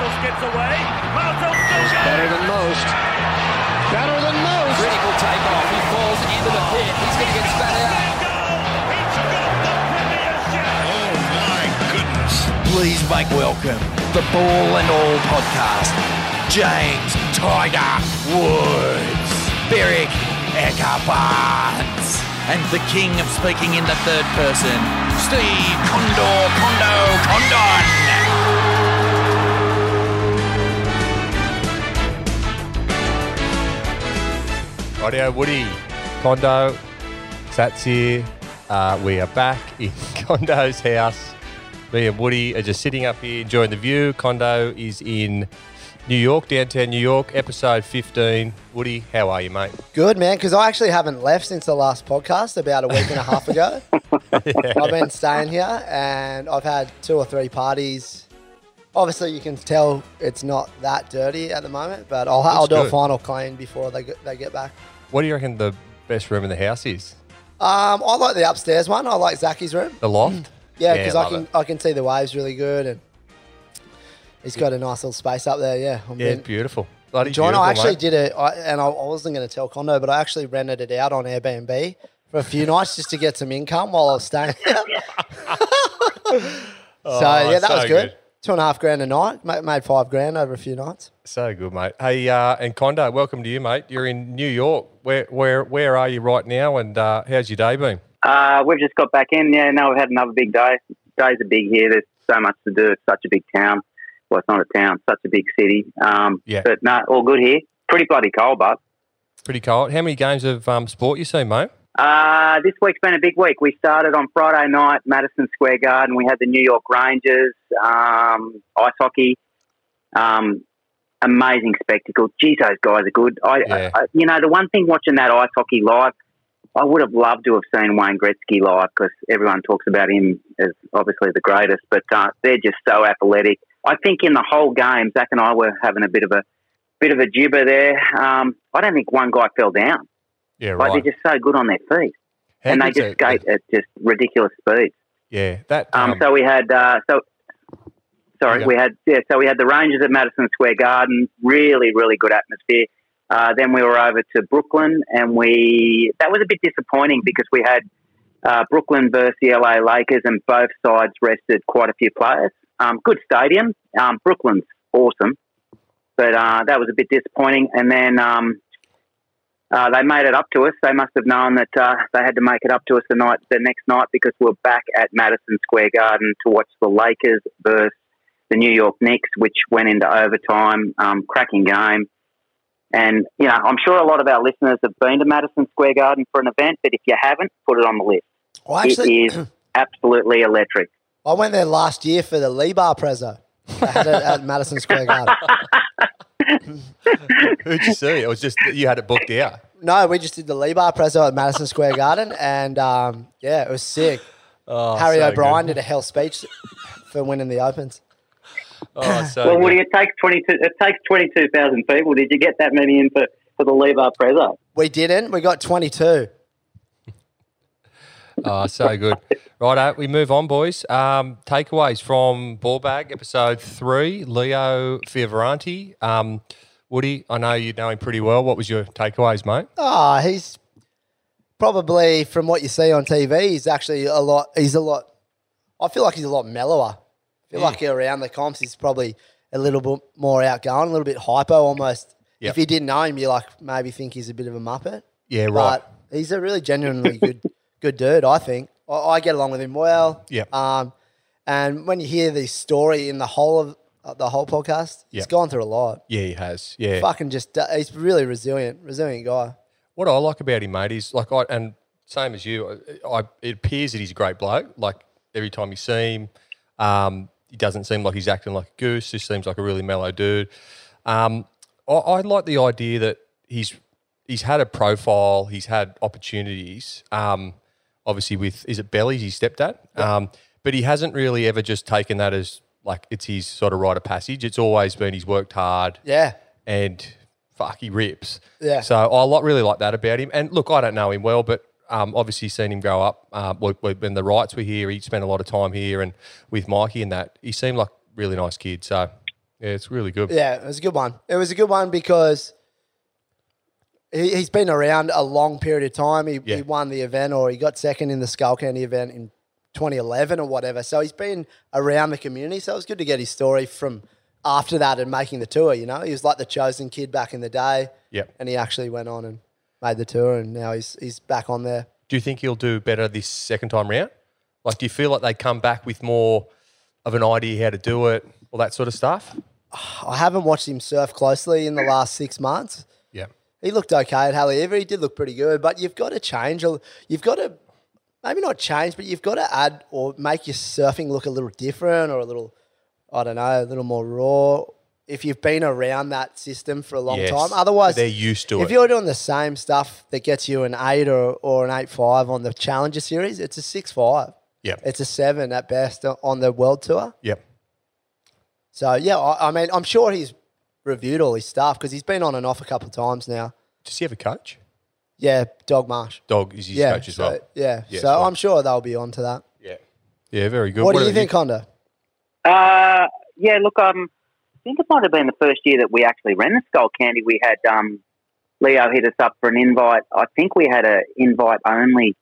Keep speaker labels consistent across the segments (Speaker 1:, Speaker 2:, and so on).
Speaker 1: away. Marcel's still
Speaker 2: Better
Speaker 1: going.
Speaker 2: than most. Better than most.
Speaker 3: Critical takeoff. He falls into the pit. He's going to get spat out.
Speaker 1: He's got the premiership.
Speaker 4: Please make welcome the Ball and All podcast. James Tiger Woods, Beric Eckerbarts, and the king of speaking in the third person, Steve Condor Condo Condon.
Speaker 5: Radio Woody, Condo, Sats here. Uh, we are back in Condo's house. Me and Woody are just sitting up here enjoying the view. Condo is in New York, downtown New York, episode 15. Woody, how are you, mate?
Speaker 6: Good man, because I actually haven't left since the last podcast about a week and a half ago. I've been staying here, and I've had two or three parties. Obviously, you can tell it's not that dirty at the moment, but I'll, I'll do
Speaker 5: good.
Speaker 6: a final clean before they get, they get back.
Speaker 5: What do you reckon the best room in the house is?
Speaker 6: Um, I like the upstairs one. I like Zachy's room.
Speaker 5: The loft?
Speaker 6: Yeah, because I
Speaker 5: love
Speaker 6: can
Speaker 5: it.
Speaker 6: I can see the waves really good, and he's got a nice little space up there. Yeah, I'm
Speaker 5: Yeah,
Speaker 6: being-
Speaker 5: beautiful. Bloody
Speaker 6: John,
Speaker 5: beautiful,
Speaker 6: I actually
Speaker 5: mate.
Speaker 6: did it, I, and I, I wasn't going to tell Condo, but I actually rented it out on Airbnb for a few nights just to get some income while I was staying. so yeah, that
Speaker 5: Oh, so
Speaker 6: was good.
Speaker 5: good.
Speaker 6: Two and a half grand a night, made, made five grand over a few nights.
Speaker 5: So good, mate. Hey, uh, and Condo, welcome to you, mate. You're in New York. Where, where, where are you right now? And uh, how's your day been?
Speaker 7: Uh, we've just got back in. Yeah, now we've had another big day. Days are big here. There's so much to do. It's such a big town. Well, it's not a town. Such a big city. Um,
Speaker 5: Yeah.
Speaker 7: But no, all good here. Pretty bloody cold, but
Speaker 5: Pretty cold. How many games of um, sport you seen, mate?
Speaker 7: uh, this week's been a big week. We started on Friday night, Madison Square Garden. We had the New York Rangers um, ice hockey. Um, amazing spectacle. Geez, those guys are good. I,
Speaker 5: Yeah.
Speaker 7: I, I, you know, the one thing watching that ice hockey live, I would have loved to have seen Wayne Gretzky live because everyone talks about him as obviously the greatest. But uh, they're just so athletic. I think in the whole game, Zach and I were having a bit of a bit of a jibber there. Um, I don't think one guy fell down.
Speaker 5: Yeah,
Speaker 7: Like
Speaker 5: right.
Speaker 7: they're just so good on their feet,
Speaker 5: How
Speaker 7: and they
Speaker 5: good's
Speaker 7: just
Speaker 5: that-
Speaker 7: skate at just ridiculous speeds.
Speaker 5: Yeah, that.
Speaker 7: Um,
Speaker 5: Um,
Speaker 7: so we had uh, so sorry,
Speaker 5: Yeah.
Speaker 7: we had yeah, so we had the Rangers at Madison Square Garden. Really, really good atmosphere. Uh, then we were over to Brooklyn, and we that was a bit disappointing because we had uh, Brooklyn versus the LA Lakers, and both sides rested quite a few players. Um, good stadium. Um, Brooklyn's awesome, but uh, that was a bit disappointing. And then um, uh, they made it up to us. They must have known that uh, they had to make it up to us the night, the next night, because we we're back at Madison Square Garden to watch the Lakers versus the New York Knicks, which went into overtime. Um, cracking game. And you know, I'm sure a lot of our listeners have been to Madison Square Garden for an event, but if you haven't, put it on the list.
Speaker 6: I actually,
Speaker 7: it is absolutely electric.
Speaker 6: I went there last year for the Lee Bar Prezzo. I had it at Madison Square Garden.
Speaker 5: who'd you see? It was just that you had it booked out.
Speaker 6: No, we just did the Lee Bar Prezzo at Madison Square Garden, and um, yeah, it was sick.
Speaker 5: Oh,
Speaker 6: Harry
Speaker 5: so
Speaker 6: O'Brien
Speaker 5: good.
Speaker 6: did a hell speech for winning the Opens.
Speaker 5: Oh, so
Speaker 7: well,
Speaker 5: good.
Speaker 7: Woody, it takes twenty two. It takes twenty two thousand people. Did you get that many in for, for the Levar Prezzo?
Speaker 6: We didn't. We got 22.
Speaker 5: Oh, so good. Righto, we move on, boys. Um, takeaways from Ball Bag, episode three. Leo Fioravanti. Um, Woody, I know you know him pretty well. What was your takeaways, mate?
Speaker 6: Ah, he's probably from what you see on TV, he's actually a lot. He's a lot. I feel like he's a lot mellower.
Speaker 5: Hmm.
Speaker 6: I feel like around the comps, he's probably a little bit more outgoing, a little bit hypo almost.
Speaker 5: Yep.
Speaker 6: If you didn't know him, you like maybe think he's a bit of a muppet.
Speaker 5: Yeah, right.
Speaker 6: But he's a really genuinely good good dude. I think I, I get along with him well.
Speaker 5: Yep.
Speaker 6: Um, and when you hear the story in the whole of uh, the whole podcast, he's
Speaker 5: Yep.
Speaker 6: gone through a lot.
Speaker 5: yeah, he has. Yeah.
Speaker 6: Fucking just, uh, he's really resilient, resilient guy.
Speaker 5: What I like about him, mate, is like I and same as you, I, I it appears that he's a great bloke. Like every time you see him, um, he doesn't seem like he's acting like a goose. He seems like a really mellow dude. Um, I, I like the idea that he's he's had a profile, he's had opportunities. Um, obviously with is it Belly's his stepdad, um, but he hasn't really ever just taken that as like it's his sort of rite of passage. It's always been he's worked hard
Speaker 6: Yeah.
Speaker 5: and fuck, he rips.
Speaker 6: Yeah.
Speaker 5: So I lot, really like that about him. And look, I don't know him well, but um, obviously seen him grow up. Um, we- we- when the Wrights were here, he spent a lot of time here, and with Mikey and that, he seemed like a really nice kid. So Yeah, it's really good.
Speaker 6: Yeah, it was a good one. It was a good one because he, he's been around a long period of time. He,
Speaker 5: Yeah.
Speaker 6: he won the event or he got second in the Skull Candy event in 2011 or whatever. So he's been around the community. So it was good to get his story from after that and making the tour, you know? He was like the chosen kid back in the day.
Speaker 5: Yep.
Speaker 6: And he actually went on and made the tour and now he's, he's back on there.
Speaker 5: Do you think he'll do better this second time round? Like, do you feel like they come back with more of an idea how to do it, all that sort of stuff?
Speaker 6: I haven't watched him surf closely in the last six months.
Speaker 5: Yeah.
Speaker 6: He looked okay at Haleiwa. He did look pretty good, but you've got to change. a- You've got to maybe not change, but you've got to add or make your surfing look a little different or a little, I don't know, a little more raw. If you've been around that system for a long
Speaker 5: Yes.
Speaker 6: time, otherwise
Speaker 5: They're used to
Speaker 6: if
Speaker 5: it.
Speaker 6: you're doing the same stuff that gets you an eight or, or an eight five on the Challenger Series, it's a six five.
Speaker 5: Yeah.
Speaker 6: It's a seven at best o- on the World Tour.
Speaker 5: Yep.
Speaker 6: So yeah, I, I mean, I'm sure he's reviewed all his stuff because he's been on and off a couple of times now.
Speaker 5: Does he have a coach?
Speaker 6: Yeah, Dog Marsh.
Speaker 5: Dog is his
Speaker 6: yeah,
Speaker 5: coach as
Speaker 6: so-
Speaker 5: well.
Speaker 6: Yeah,
Speaker 5: Yeah,
Speaker 6: so
Speaker 5: as well.
Speaker 6: I'm sure they'll be on to that.
Speaker 5: Yeah. Yeah, very good.
Speaker 6: What, do you
Speaker 5: about
Speaker 6: think, Honda?
Speaker 7: Uh, yeah, look, um, I think it might have been the first year that we actually ran the Skull Candy. We had um, Leo hit us up for an invite. I think we had a invite only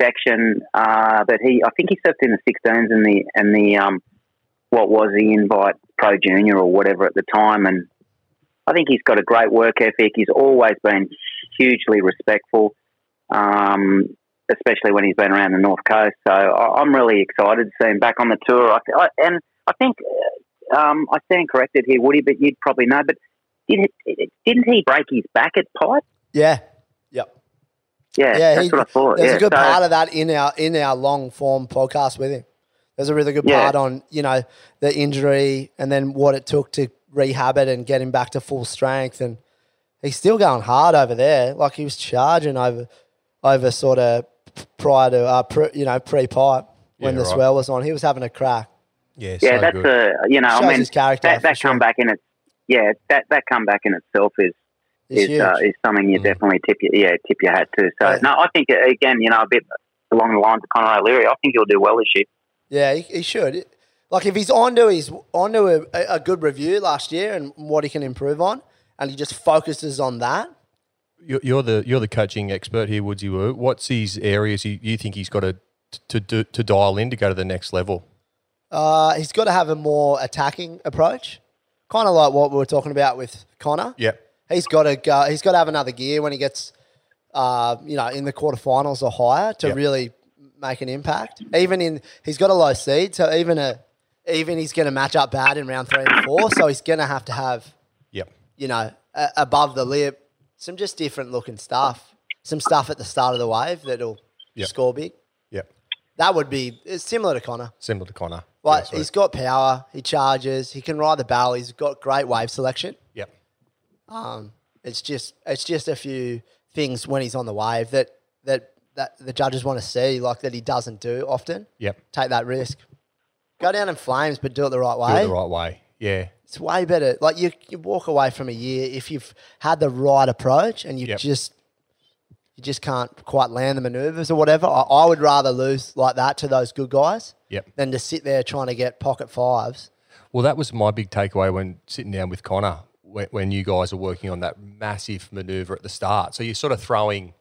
Speaker 7: section, uh, but he, I think he surfed in the sixteens and the and the um, what was the invite pro junior or whatever at the time, and I think he's got a great work ethic. He's always been hugely respectful. Um, especially when he's been around the north coast. So I, I'm really excited to see him back on the tour. I, I, and I think uh, um, I stand corrected here, Woody, but you'd probably know. But did, didn't he break his back at Pipe?
Speaker 6: Yeah, yep.
Speaker 7: Yeah,
Speaker 6: Yeah,
Speaker 7: that's
Speaker 6: he-
Speaker 7: what I thought.
Speaker 6: There's
Speaker 7: yeah,
Speaker 6: a good
Speaker 7: so-
Speaker 6: part of that in our in our long form podcast with him. There's a really good
Speaker 7: Yeah.
Speaker 6: part on you know the injury and then what it took to rehab it and get him back to full strength, and he's still going hard over there. Like he was charging over over sort of prior to uh, pre, you know pre pipe when
Speaker 5: Yeah,
Speaker 6: the
Speaker 5: right.
Speaker 6: swell was on. He was having a crack.
Speaker 5: Yeah,
Speaker 7: yeah,
Speaker 5: so
Speaker 7: that's
Speaker 5: good.
Speaker 7: a you know,
Speaker 6: Shows
Speaker 7: I mean,
Speaker 6: his character
Speaker 7: that,
Speaker 6: for
Speaker 7: that
Speaker 6: sure.
Speaker 7: comeback in its yeah, that that comeback in itself is
Speaker 6: It's
Speaker 7: is, uh,
Speaker 6: huge.
Speaker 7: is something
Speaker 5: Mm.
Speaker 7: you definitely tip your yeah tip your hat to. So
Speaker 6: Yeah.
Speaker 7: no, I think uh, again, you know, a bit along the lines of Conor O'Leary, I think he'll do well this year.
Speaker 6: Yeah, he, he should. Like if he's onto his onto a, a good review last year and what he can improve on, and he just focuses on that.
Speaker 5: You're, you're the you're the coaching expert here, Woodsy Woo. What's his areas you, you think he's got to to do, to dial in to go to the next level?
Speaker 6: Uh, he's got to have a more attacking approach, kind of like what we were talking about with Connor.
Speaker 5: Yeah.
Speaker 6: he's got to go. He's got to have another gear when he gets, uh, you know, in the quarterfinals or higher to
Speaker 5: Yep.
Speaker 6: really make an impact. Even in he's got a low seed, so even a even he's going to match up bad in round three and four. So he's going to have to have
Speaker 5: Yeah.
Speaker 6: you know, a- above the lip, some just different looking stuff, some stuff at the start of the wave that'll
Speaker 5: Yep.
Speaker 6: score big.
Speaker 5: Yeah.
Speaker 6: That would be it's similar to Connor.
Speaker 5: Similar to Connor.
Speaker 6: Like
Speaker 5: yeah,
Speaker 6: he's got power, he charges, he can ride the bow, he's got great wave selection.
Speaker 5: yeah.
Speaker 6: It's just it's just a few things when he's on the wave that that that the judges want to see, like that he doesn't do often.
Speaker 5: Yep.
Speaker 6: Take that risk. Go down in flames, but do it the right
Speaker 5: Do
Speaker 6: way.
Speaker 5: it the right way. Yeah.
Speaker 6: It's way better. Like you, you walk away from a year if you've had the right approach and you
Speaker 5: Yep.
Speaker 6: just you just can't quite land the maneuvers or whatever. I, I would rather lose like that to those good guys
Speaker 5: Yep.
Speaker 6: than to sit there trying to get pocket fives.
Speaker 5: Well, that was my big takeaway when sitting down with Connor when, when you guys are working on that massive maneuver at the start. So you're sort of throwing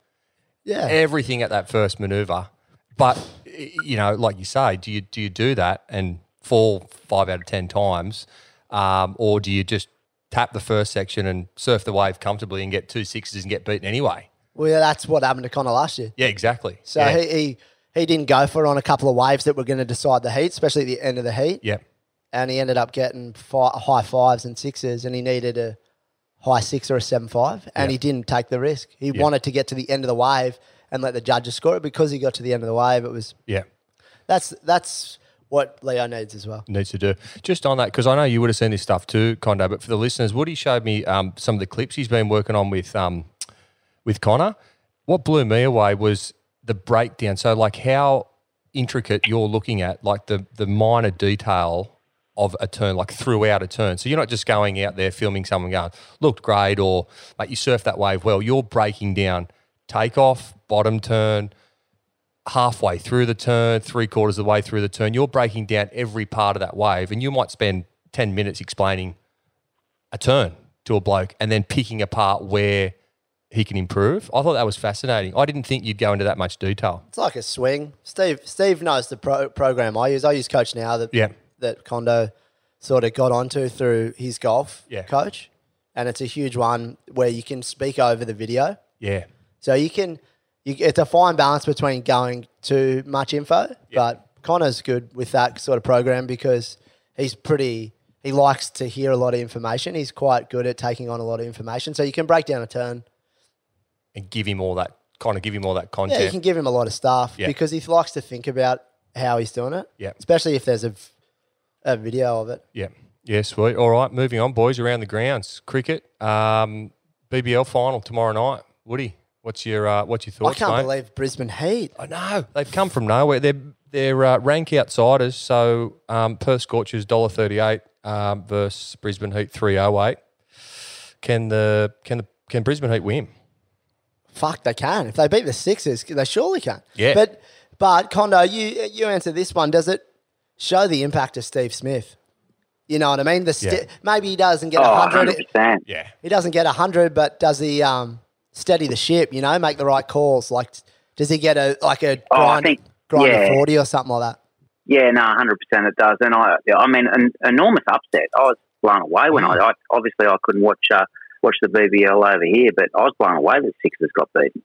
Speaker 6: Yeah.
Speaker 5: everything at that first maneuver, but y- you know, like you say, do you do you do that and fall five out of ten times, um, or do you just tap the first section and surf the wave comfortably and get two sixes and get beaten anyway?
Speaker 6: well, yeah, that's what happened to Connor last year.
Speaker 5: Yeah, exactly.
Speaker 6: So
Speaker 5: yeah.
Speaker 6: he, he he didn't go for it on a couple of waves that were going to decide the heat, especially at the end of the heat.
Speaker 5: yeah,
Speaker 6: And he ended up getting fi- high fives and sixes, and he needed a high six or a seven five, and he didn't take the risk. He wanted to get to the end of the wave and let the judges score it because he got to the end of the wave. It was
Speaker 5: yeah.
Speaker 6: that's that's what Leo needs as well.
Speaker 5: needs to do. Just on that, because I know you would have seen this stuff too, Condo. But for the listeners, Woody showed me um, some of the clips he's been working on with um, with Connor. What blew me away was the breakdown. So, like how intricate you're looking at, like the the minor detail of a turn, like throughout a turn. So you're not just going out there filming someone going, looked great, or like you surf that wave well. You're breaking down takeoff, bottom turn, halfway through the turn, three quarters of the way through the turn, you're breaking down every part of that wave, and you might spend 10 minutes explaining a turn to a bloke and then picking apart where he can improve. I thought that was fascinating. I didn't think you'd go into that much detail.
Speaker 6: It's like a swing. Steve Steve knows the pro- program I use. I use Coach now that
Speaker 5: Yeah.
Speaker 6: that Condo sort of got onto through his golf
Speaker 5: Yeah.
Speaker 6: coach, and it's a huge one where you can speak over the video.
Speaker 5: Yeah.
Speaker 6: So you can, you, it's a fine balance between going too much info, but Connor's good with that sort of program because he's pretty, he likes to hear a lot of information. He's quite good at taking on a lot of information. So you can break down a turn.
Speaker 5: And give him all that, kind of give him all that
Speaker 6: Yeah,
Speaker 5: content.
Speaker 6: you can give him a lot of stuff
Speaker 5: Yeah.
Speaker 6: because he likes to think about how he's doing it.
Speaker 5: Yeah.
Speaker 6: Especially if there's a, v- a video of it.
Speaker 5: Yeah. Yeah, sweet. All right, moving on, boys, around the grounds. Cricket, um, BBL final tomorrow night. Woody, what's your uh, what's your
Speaker 6: I
Speaker 5: thoughts?
Speaker 6: can't
Speaker 5: mate?
Speaker 6: believe Brisbane Heat.
Speaker 5: I know. They've come from nowhere. They're they're uh, rank outsiders. So um, Perth Scorchers dollar thirty eight um, versus Brisbane Heat three oh eight. Can the can the can Brisbane Heat win?
Speaker 6: Fuck, they can. If they beat the Sixers, they surely can.
Speaker 5: Yeah.
Speaker 6: But but Condo, you you answer this one. Does it show the impact of Steve Smith? You know what I mean? The sti
Speaker 5: Yeah.
Speaker 6: maybe he doesn't get
Speaker 7: Oh,
Speaker 6: a
Speaker 7: 100%.
Speaker 6: hundred. He doesn't get a hundred, but does he um steady the ship? You know, make the right calls. Like, does he get a like a
Speaker 7: Oh, I
Speaker 6: grind,
Speaker 7: think-
Speaker 6: grind to
Speaker 7: yeah.
Speaker 6: forty or something like that?
Speaker 7: Yeah, no, hundred percent it does. And I, I mean, an enormous upset. I was blown away when I, I obviously I couldn't watch uh, watch the BBL over here, but I was blown away that Sixers got beaten.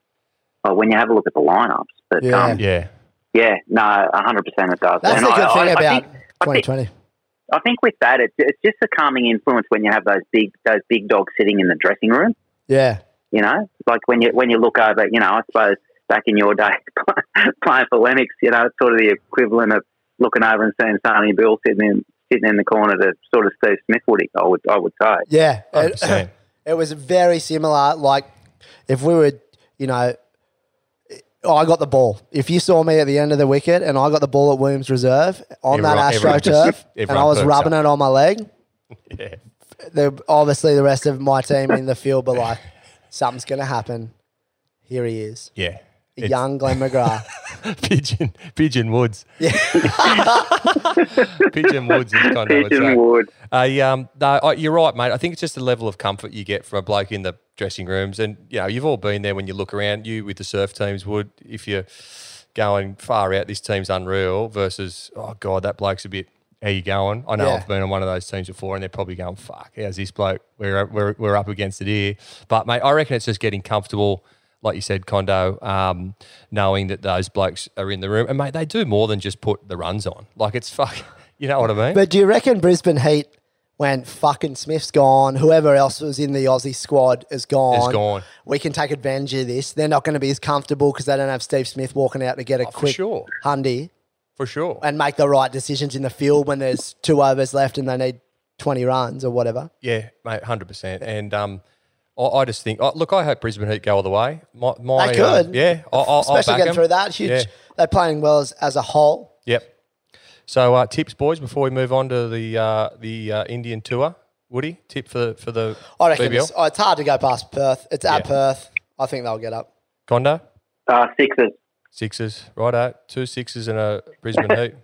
Speaker 7: Oh, when you have a look at the lineups, but
Speaker 6: Yeah.
Speaker 7: yeah, um,
Speaker 5: Yeah.
Speaker 7: yeah no, hundred percent it does.
Speaker 6: That's
Speaker 7: and
Speaker 6: the
Speaker 7: I,
Speaker 6: good
Speaker 7: I,
Speaker 6: thing
Speaker 7: I
Speaker 6: about
Speaker 7: think, I
Speaker 6: twenty
Speaker 7: think-
Speaker 6: twenty.
Speaker 7: I think with that, it's, it's just a calming influence when you have those big those big dogs sitting in the dressing room.
Speaker 6: Yeah,
Speaker 7: You know, like when you when you look over, you know, I suppose back in your day, playing for Lennox, you know, it's sort of the equivalent of looking over and seeing Sonny Bill sitting in sitting in the corner to sort of Steve Smith Woody. I would I would say.
Speaker 6: yeah. It-
Speaker 5: 100%.
Speaker 6: It was very similar. Like if we were, you know, I got the ball. If you saw me at the end of the wicket and I got the ball at Williams Reserve on
Speaker 5: Everyone-
Speaker 6: that
Speaker 5: everyone
Speaker 6: AstroTurf
Speaker 5: just-
Speaker 6: and
Speaker 5: everyone
Speaker 6: I was
Speaker 5: perks
Speaker 6: rubbing
Speaker 5: up.
Speaker 6: it on my leg,
Speaker 5: yeah.
Speaker 6: the, obviously the rest of my team in the field were like, something's going to happen. Here he is.
Speaker 5: Yeah. It's
Speaker 6: Young Glenn McGrath.
Speaker 5: Pigeon Pigeon Woods. Yeah. Pigeon Woods is kind of
Speaker 7: Pigeon Wood.
Speaker 5: I, um, no, I, you're right, mate. I think it's just the level of comfort you get from a bloke in the dressing rooms, and you know you've all been there when you look around. You with the surf teams would if you're going far out. This team's unreal versus oh god, that bloke's a bit. How you going? I know
Speaker 6: Yeah.
Speaker 5: I've been on one of those teams before, and they're probably going, "Fuck, how's this bloke? We're we're we're up against it here." But mate, I reckon it's just getting comfortable, like you said, Condo, um, knowing that those blokes are in the room, and mate, they do more than just put the runs on. Like it's fuck, you know what I mean?
Speaker 6: But do you reckon Brisbane Heat went fucking Smith's gone, whoever else was in the Aussie squad is gone.
Speaker 5: gone.
Speaker 6: We can take advantage of this. They're not going to be as comfortable because they don't have Steve Smith walking out to get a
Speaker 5: Oh, for
Speaker 6: quick
Speaker 5: sure.
Speaker 6: hundy
Speaker 5: For sure.
Speaker 6: and make the right decisions in the field when there's two overs left and they need 20 runs or whatever.
Speaker 5: Yeah, mate, hundred percent. And um, I, I just think, oh, look, I hope Brisbane Heat go all the way. My, my
Speaker 6: They
Speaker 5: uh,
Speaker 6: could.
Speaker 5: yeah, I, I, I'll
Speaker 6: Especially
Speaker 5: back
Speaker 6: getting
Speaker 5: 'em.
Speaker 6: through that huge.
Speaker 5: Yeah.
Speaker 6: They're playing well as, as a whole.
Speaker 5: Yep. So uh, tips, boys, before we move on to the uh, the uh, Indian tour. Woody, tip for for the
Speaker 6: I reckon
Speaker 5: BBL
Speaker 6: it's, oh, it's hard to go past Perth. It's at
Speaker 5: Yeah.
Speaker 6: Perth. I think they'll get up.
Speaker 5: Condo
Speaker 7: Uh, Sixers.
Speaker 5: sixes, right? Out two sixes and a Brisbane Heat.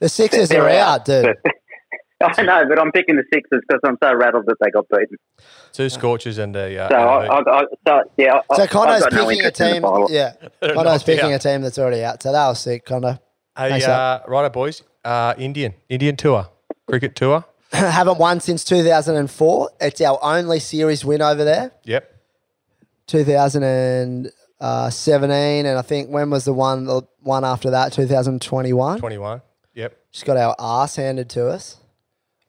Speaker 6: The Sixers
Speaker 7: They're
Speaker 6: are out,
Speaker 7: out.
Speaker 6: dude.
Speaker 7: I know, but I'm picking the Sixers because I'm so rattled that they got beaten.
Speaker 5: Two scorches and a. Uh,
Speaker 7: So
Speaker 5: and a
Speaker 7: I,
Speaker 5: Heat.
Speaker 7: I, I so yeah. I-
Speaker 6: So
Speaker 7: Oh, I've
Speaker 6: Condo's
Speaker 7: got no
Speaker 6: picking a
Speaker 7: interest in the
Speaker 6: team.
Speaker 7: final.
Speaker 6: Yeah. Condo's
Speaker 5: knocked
Speaker 6: picking
Speaker 5: out.
Speaker 6: a team that's already out. So that was sick, Condo.
Speaker 5: Hey,
Speaker 6: Thanks,
Speaker 5: uh, righto, boys. Uh, Indian Indian tour, cricket tour.
Speaker 6: Haven't won since 2004. It's our only series win over there.
Speaker 5: Yep.
Speaker 6: 2017, and I think when was the one the one after that? 2021.
Speaker 5: Twenty one. Yep.
Speaker 6: Just got our ass handed to us.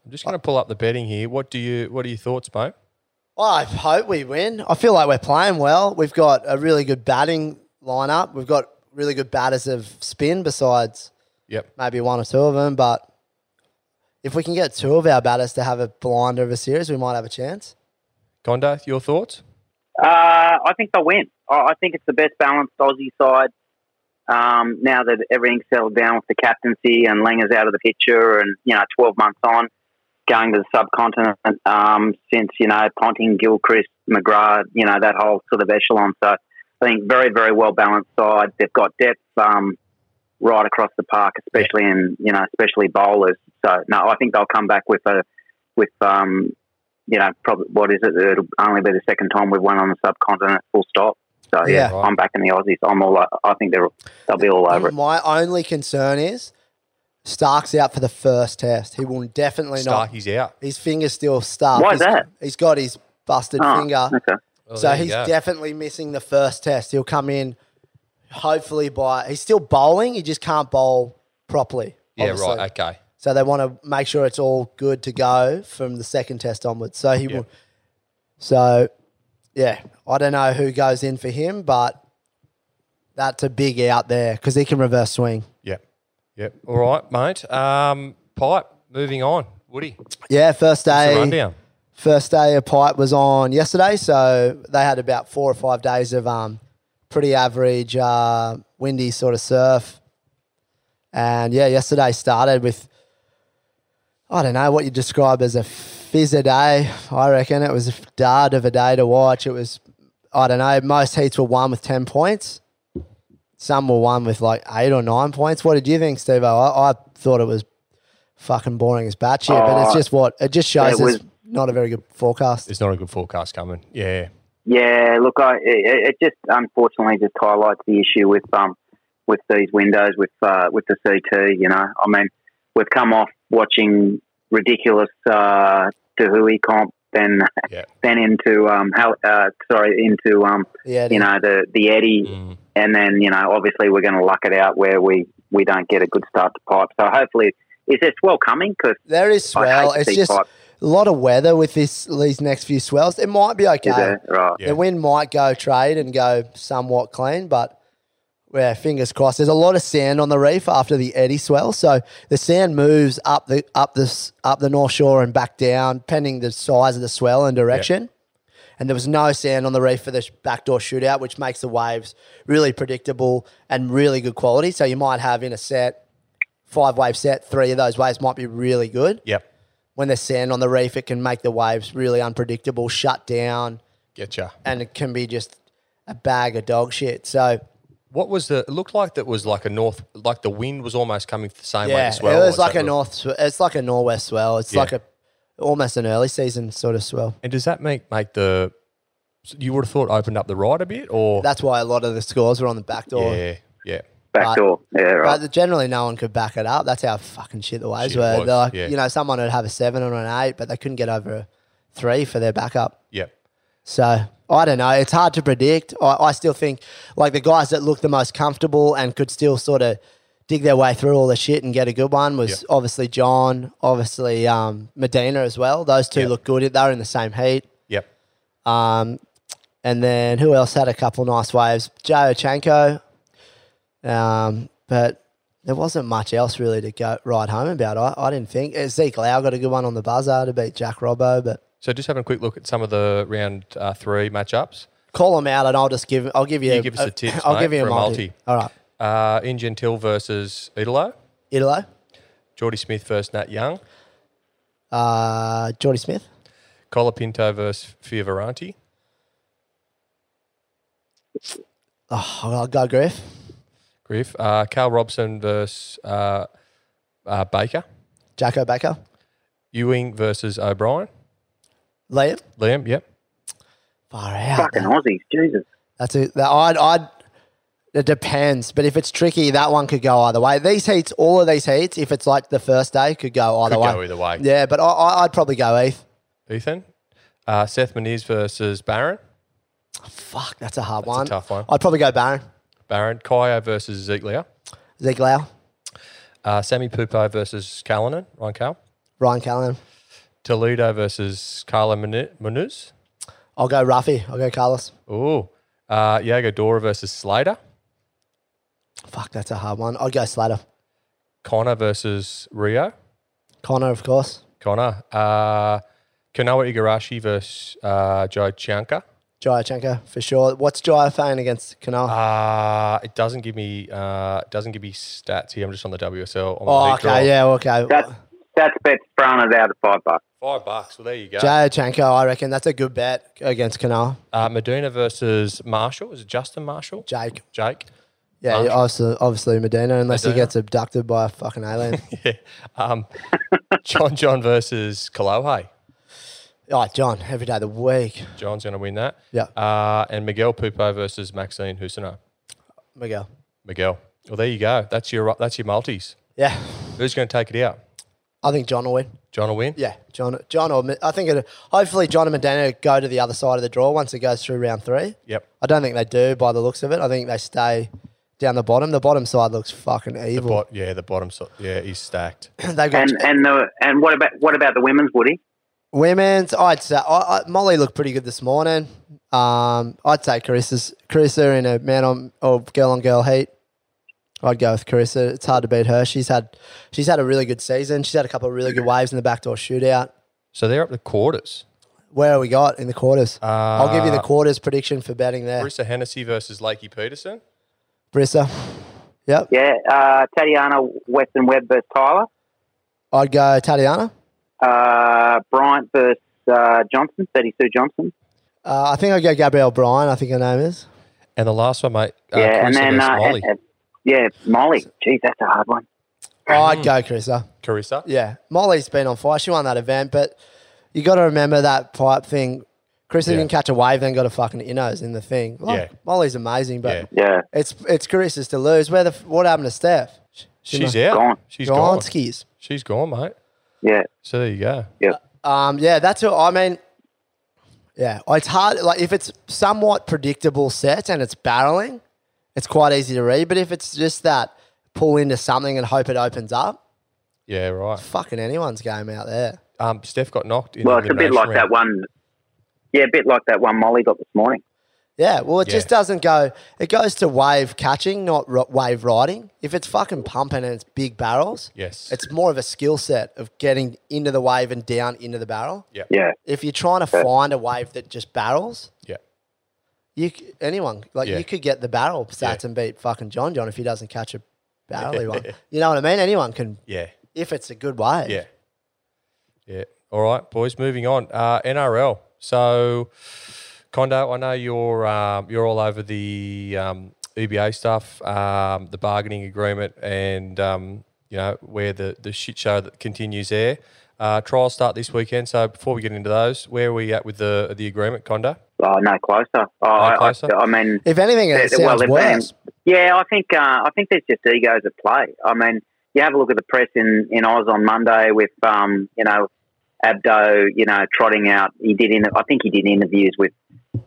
Speaker 5: I'm just going to pull up the betting here. What do you What are your thoughts, mate?
Speaker 6: Well, I hope we win. I feel like we're playing well. We've got a really good batting lineup. We've got really good batters of spin besides
Speaker 5: Yep.
Speaker 6: maybe one or two of them. But if we can get two of our batters to have a blinder of a series, we might have a chance.
Speaker 5: Condo, your thoughts?
Speaker 7: Uh, I think they'll win. I, I think it's the best balanced Aussie side um, now that everything's settled down with the captaincy and Langer's out of the picture and, you know, 12 months on, going to the subcontinent um, since, you know, Ponting, Gilchrist, McGrath, you know, that whole sort of echelon. So I think very, very well balanced side. They've got depth um, right across the park, especially in, you know, especially bowlers. So, no, I think they'll come back with a, with, um, you know, probably what is it? It'll only be the second time we've won on the subcontinent. Full stop. So yeah,
Speaker 6: Yeah.
Speaker 7: I'm backing the Aussies. I'm all. o- I think they're they'll be all over it.
Speaker 6: My only concern is Stark's out for the first test. He will definitely not.
Speaker 5: Starkey's out.
Speaker 6: His finger's still stuck.
Speaker 7: Why
Speaker 6: He's-
Speaker 7: that?
Speaker 6: He's got his busted
Speaker 7: Oh,
Speaker 6: finger.
Speaker 7: okay.
Speaker 5: Well,
Speaker 6: so
Speaker 5: there you
Speaker 6: he's
Speaker 5: go.
Speaker 6: definitely missing the first test. He'll come in, hopefully by he's still bowling. He just can't bowl properly.
Speaker 5: yeah
Speaker 6: obviously.
Speaker 5: right. Okay.
Speaker 6: So they want to make sure it's all good to go from the second test onwards. So he will. So, yeah, I don't know who goes in for him, but that's a big out there because he can reverse swing.
Speaker 5: Yep. Yep. All right, mate. Um, pipe. Moving on. Woody. What's
Speaker 6: Yeah, first
Speaker 5: the
Speaker 6: day.
Speaker 5: rundown?
Speaker 6: First day of pipe was on yesterday, so they had about four or five days of um, pretty average, uh, windy sort of surf. And yeah, yesterday started with I don't know what you describe as a fizzer day. I reckon it was a dud of a day to watch. It was, I don't know, most heats were won with 10 points. Some were won with like eight or nine points. What did you think, Steve? I, I thought it was fucking boring as batshit, but it's
Speaker 7: Oh,
Speaker 6: just what it just shows
Speaker 7: it
Speaker 6: it's
Speaker 7: was-
Speaker 6: not a very good forecast.
Speaker 5: There's not a good forecast coming. Yeah.
Speaker 7: Yeah, look, I, it, it just unfortunately just highlights the issue with um with these windows with uh, with the CT. You know, I mean, we've come off watching ridiculous uh, Dahui comp, then
Speaker 5: Yeah.
Speaker 7: then into um how uh, sorry into um
Speaker 6: Yeah,
Speaker 7: you know the the Eddie,
Speaker 5: Mm.
Speaker 7: and then you know obviously we're going to luck it out where we we don't get a good start to pipe. So hopefully, is it well coming? Because
Speaker 6: there is
Speaker 7: I
Speaker 6: swell.
Speaker 7: hate to
Speaker 6: It's
Speaker 7: see
Speaker 6: just
Speaker 7: pipe.
Speaker 6: a lot of weather with this these next few swells. It might be okay.
Speaker 7: Is it? Right.
Speaker 5: Yeah.
Speaker 6: The wind might go trade and go somewhat clean, but yeah, fingers crossed. There's a lot of sand on the reef after the eddy swell, so the sand moves up the up this up the north shore and back down, pending the size of the swell and direction. And there was no sand on the reef for the sh- backdoor shootout, which makes the waves really predictable and really good quality. So you might have in a set, five wave set, three of those waves might be really good
Speaker 5: Yep.
Speaker 6: when there's sand on the reef, it can make the waves really unpredictable, shut down,
Speaker 5: Getcha.
Speaker 6: and it can be just a bag of dog shit. So
Speaker 5: What was the? It looked like that was like a north. Like the wind was almost coming the same way
Speaker 6: yeah,
Speaker 5: as well.
Speaker 6: it was
Speaker 5: or
Speaker 6: like a
Speaker 5: something.
Speaker 6: north. sw- It's like a norwest swell. It's like a almost an early season sort of swell.
Speaker 5: And does that make make the? You would have thought opened up the ride a bit, or
Speaker 6: That's why a lot of the scores were on the back door.
Speaker 5: yeah, yeah.
Speaker 7: Back door. Yeah. Right.
Speaker 6: But generally, no one could back it up. That's how fucking shit the waves
Speaker 5: Shit it
Speaker 6: were.
Speaker 5: was,
Speaker 6: They're like,
Speaker 5: yeah.
Speaker 6: you know, someone would have a seven or an eight, but they couldn't get over a three for their backup.
Speaker 5: Yep.
Speaker 6: So I don't know. It's hard to predict. I, I still think like the guys that looked the most comfortable and could still sort of dig their way through all the shit and get a good one was
Speaker 5: Yeah.
Speaker 6: obviously John, obviously um, Medina as well. Those two
Speaker 5: Yeah.
Speaker 6: looked good. They were in the same heat.
Speaker 5: Yep.
Speaker 6: Um, and then who else had a couple nice waves? Joe Ochenko. Um, but there wasn't much else really to go ride home about. I, I didn't think. Uh, Zeke Lau got a good one on the buzzer to beat Jack Robbo, but
Speaker 5: So just having a quick look at some of the round uh, three matchups.
Speaker 6: call them out, and I'll just give. I'll give you.
Speaker 5: You give us the tips,
Speaker 6: I'll
Speaker 5: mate,
Speaker 6: give you
Speaker 5: for
Speaker 6: a
Speaker 5: a
Speaker 6: multi.
Speaker 5: multi.
Speaker 6: All right,
Speaker 5: Uh, in Gentil versus Idolo,
Speaker 6: Idolo,
Speaker 5: Geordie Smith versus Nat Young,
Speaker 6: uh, Jordy Smith,
Speaker 5: Colapinto versus Fioravanti,
Speaker 6: oh, I'll go Griff,
Speaker 5: Griff, uh, Carl Robson versus uh, uh, Baker,
Speaker 6: Jacko Baker,
Speaker 5: Ewing versus O'Brien,
Speaker 6: Liam.
Speaker 5: Liam. Yep.
Speaker 6: Far out.
Speaker 7: Fucking Aussies. Jesus.
Speaker 6: That's it. That I'd, I'd. It depends, but if it's tricky, that one could go either way. These heats, all of these heats, if it's like the first day, could go either
Speaker 5: Could
Speaker 6: way.
Speaker 5: go either way.
Speaker 6: Yeah, but I, I, I'd probably go Heath.
Speaker 5: Ethan, uh, Seth Moniz versus Barron,
Speaker 6: Fuck, that's a hard
Speaker 5: a
Speaker 6: one.
Speaker 5: tough one.
Speaker 6: I'd probably go Baron,
Speaker 5: Barron, Kyo versus Zeke Liao,
Speaker 6: Zeke Lau,
Speaker 5: uh, Sammy Pupo versus Callanan, Ryan Cal,
Speaker 6: Ryan Callan.
Speaker 5: Toledo versus Carla Menu- Munuz.
Speaker 6: I'll go Ruffy. I'll go Carlos.
Speaker 5: Ooh. Uh, Yago Dora versus Slater.
Speaker 6: Fuck, that's a hard one. I'd go Slater,
Speaker 5: Connor versus Rio.
Speaker 6: Connor, of course.
Speaker 5: Connor. Uh, Kanoa Igarashi versus uh, Joe Chianka.
Speaker 6: Jayachenko for sure. What's Jaya Fane against Kanoa?
Speaker 5: Uh, it doesn't give me uh, it doesn't give me stats here. I'm just on the WSL. On
Speaker 6: oh,
Speaker 5: the league
Speaker 6: okay,
Speaker 5: draw.
Speaker 6: yeah, okay.
Speaker 7: That's that's bets thrown us out at five bucks.
Speaker 5: Five bucks. Well, there you go.
Speaker 6: Jayachenko, I reckon that's a good bet against Kanoa.
Speaker 5: uh, Medina versus Marshall. Is it Justin Marshall?
Speaker 6: Jake,
Speaker 5: Jake.
Speaker 6: yeah,
Speaker 5: Marshall.
Speaker 6: obviously, obviously Medina, unless he
Speaker 5: Medina.
Speaker 6: gets abducted by a fucking alien.
Speaker 5: Um, John John versus Kalohe.
Speaker 6: Oh, John, every day of the week.
Speaker 5: John's going to win that.
Speaker 6: Yeah.
Speaker 5: Uh, and Miguel Pupo versus Maxine Husano.
Speaker 6: Miguel.
Speaker 5: Miguel. Well, there you go. That's your that's your multis.
Speaker 6: Yeah.
Speaker 5: Who's going to take it out?
Speaker 6: I think John will win.
Speaker 5: John will win.
Speaker 6: Yeah, John. John or Mi- I think it, hopefully John and Medina go to the other side of the draw once it goes through round three.
Speaker 5: Yep.
Speaker 6: I don't think they do by the looks of it. I think they stay down the bottom. The bottom side looks fucking
Speaker 5: The
Speaker 6: evil.
Speaker 5: bot, yeah, the bottom. So, yeah, he's stacked.
Speaker 6: They've got
Speaker 7: And and the and what about what about the women's Woody?
Speaker 6: women's. I'd say I, I, Molly looked pretty good this morning. Um, I'd say Carissa's Carissa in a man on or girl on girl heat. I'd go with Carissa. It's hard to beat her. She's had she's had a really good season. She's had a couple of really good waves in the backdoor shootout.
Speaker 5: So they're up the quarters.
Speaker 6: Where are we got in the quarters? I'll give you the
Speaker 5: Uh,
Speaker 6: quarters prediction for betting there.
Speaker 5: Marissa Hennessy versus Lakey Peterson.
Speaker 6: Brissa. Yep.
Speaker 7: Yeah, uh, Tatiana Weston Webb versus Tyler,
Speaker 6: I'd go Tatiana.
Speaker 7: uh, Bryant versus uh, Johnson, thirty Sue Johnson.
Speaker 6: Uh, I think I'd go Gabrielle Bryan, I think her name is.
Speaker 5: And the last one, mate. Uh,
Speaker 7: yeah, and
Speaker 5: Carissa
Speaker 7: then
Speaker 5: versus
Speaker 7: uh,
Speaker 5: Molly.
Speaker 7: and- and- yeah, Molly. Geez, that's a hard one.
Speaker 6: I'd go Carissa.
Speaker 5: Carissa.
Speaker 6: Yeah. Molly's been on fire. She won that event, but you got to remember that pipe thing. Carissa
Speaker 5: Yeah.
Speaker 6: didn't catch a wave, then got a fucking innos in the thing. Like,
Speaker 5: Yeah.
Speaker 6: Molly's amazing, but
Speaker 5: Yeah.
Speaker 7: Yeah,
Speaker 6: it's it's Carissa's to lose. Where the f- what happened to Steph? She- she
Speaker 5: She's
Speaker 6: must-
Speaker 5: out.
Speaker 7: Gone.
Speaker 5: She's gone.
Speaker 6: Gonskis.
Speaker 5: She's gone, mate.
Speaker 7: yeah,
Speaker 5: So there Uh, you go.
Speaker 7: yeah.
Speaker 6: Um, yeah, that's what I mean. Yeah, it's hard. Like if it's somewhat predictable sets and it's barreling, it's quite easy to read. But if it's just that pull into something and hope it opens up,
Speaker 5: Yeah, right.
Speaker 6: fucking anyone's game out there.
Speaker 5: Um, Steph got knocked. In
Speaker 7: Well,
Speaker 5: the
Speaker 7: it's a bit
Speaker 5: elimination
Speaker 7: like that
Speaker 5: round.
Speaker 7: one. Yeah, a bit like that one Molly got this morning.
Speaker 6: Yeah, well, it
Speaker 5: Yeah.
Speaker 6: just doesn't go. It goes to wave catching, not ro- wave riding. If it's fucking pumping and it's big barrels,
Speaker 5: Yes.
Speaker 6: it's more of a skill set of getting into the wave and down into the barrel.
Speaker 5: Yeah.
Speaker 7: Yeah,
Speaker 6: If you're trying to find a wave that just barrels,
Speaker 5: Yeah.
Speaker 6: You c- anyone like
Speaker 5: Yeah.
Speaker 6: you could get the barrel stats
Speaker 5: Yeah.
Speaker 6: and beat fucking John John if he doesn't catch a barrelly one. You know what I mean? Anyone can
Speaker 5: Yeah.
Speaker 6: if it's a good wave.
Speaker 5: Yeah. Yeah. All right, boys. Moving on. Uh, NRL. So, Condo, I know you're um, you're all over the um, EBA stuff, um, the bargaining agreement, and um, you know where the the shit show that continues there. Uh, trials start this weekend. So before we get into those, where are we at with the the agreement, Condo?
Speaker 7: oh, no closer. Oh, I,
Speaker 5: closer?
Speaker 7: I, I mean,
Speaker 6: If anything,
Speaker 7: Yeah,
Speaker 6: it
Speaker 7: well,
Speaker 6: sounds
Speaker 7: if-
Speaker 6: worse.
Speaker 7: Yeah, I think uh, I think there's just egos at play. I mean, you have a look at the press in, in Oz on Monday with um, you know Abdo, you know, trotting out. He did in I think he did interviews with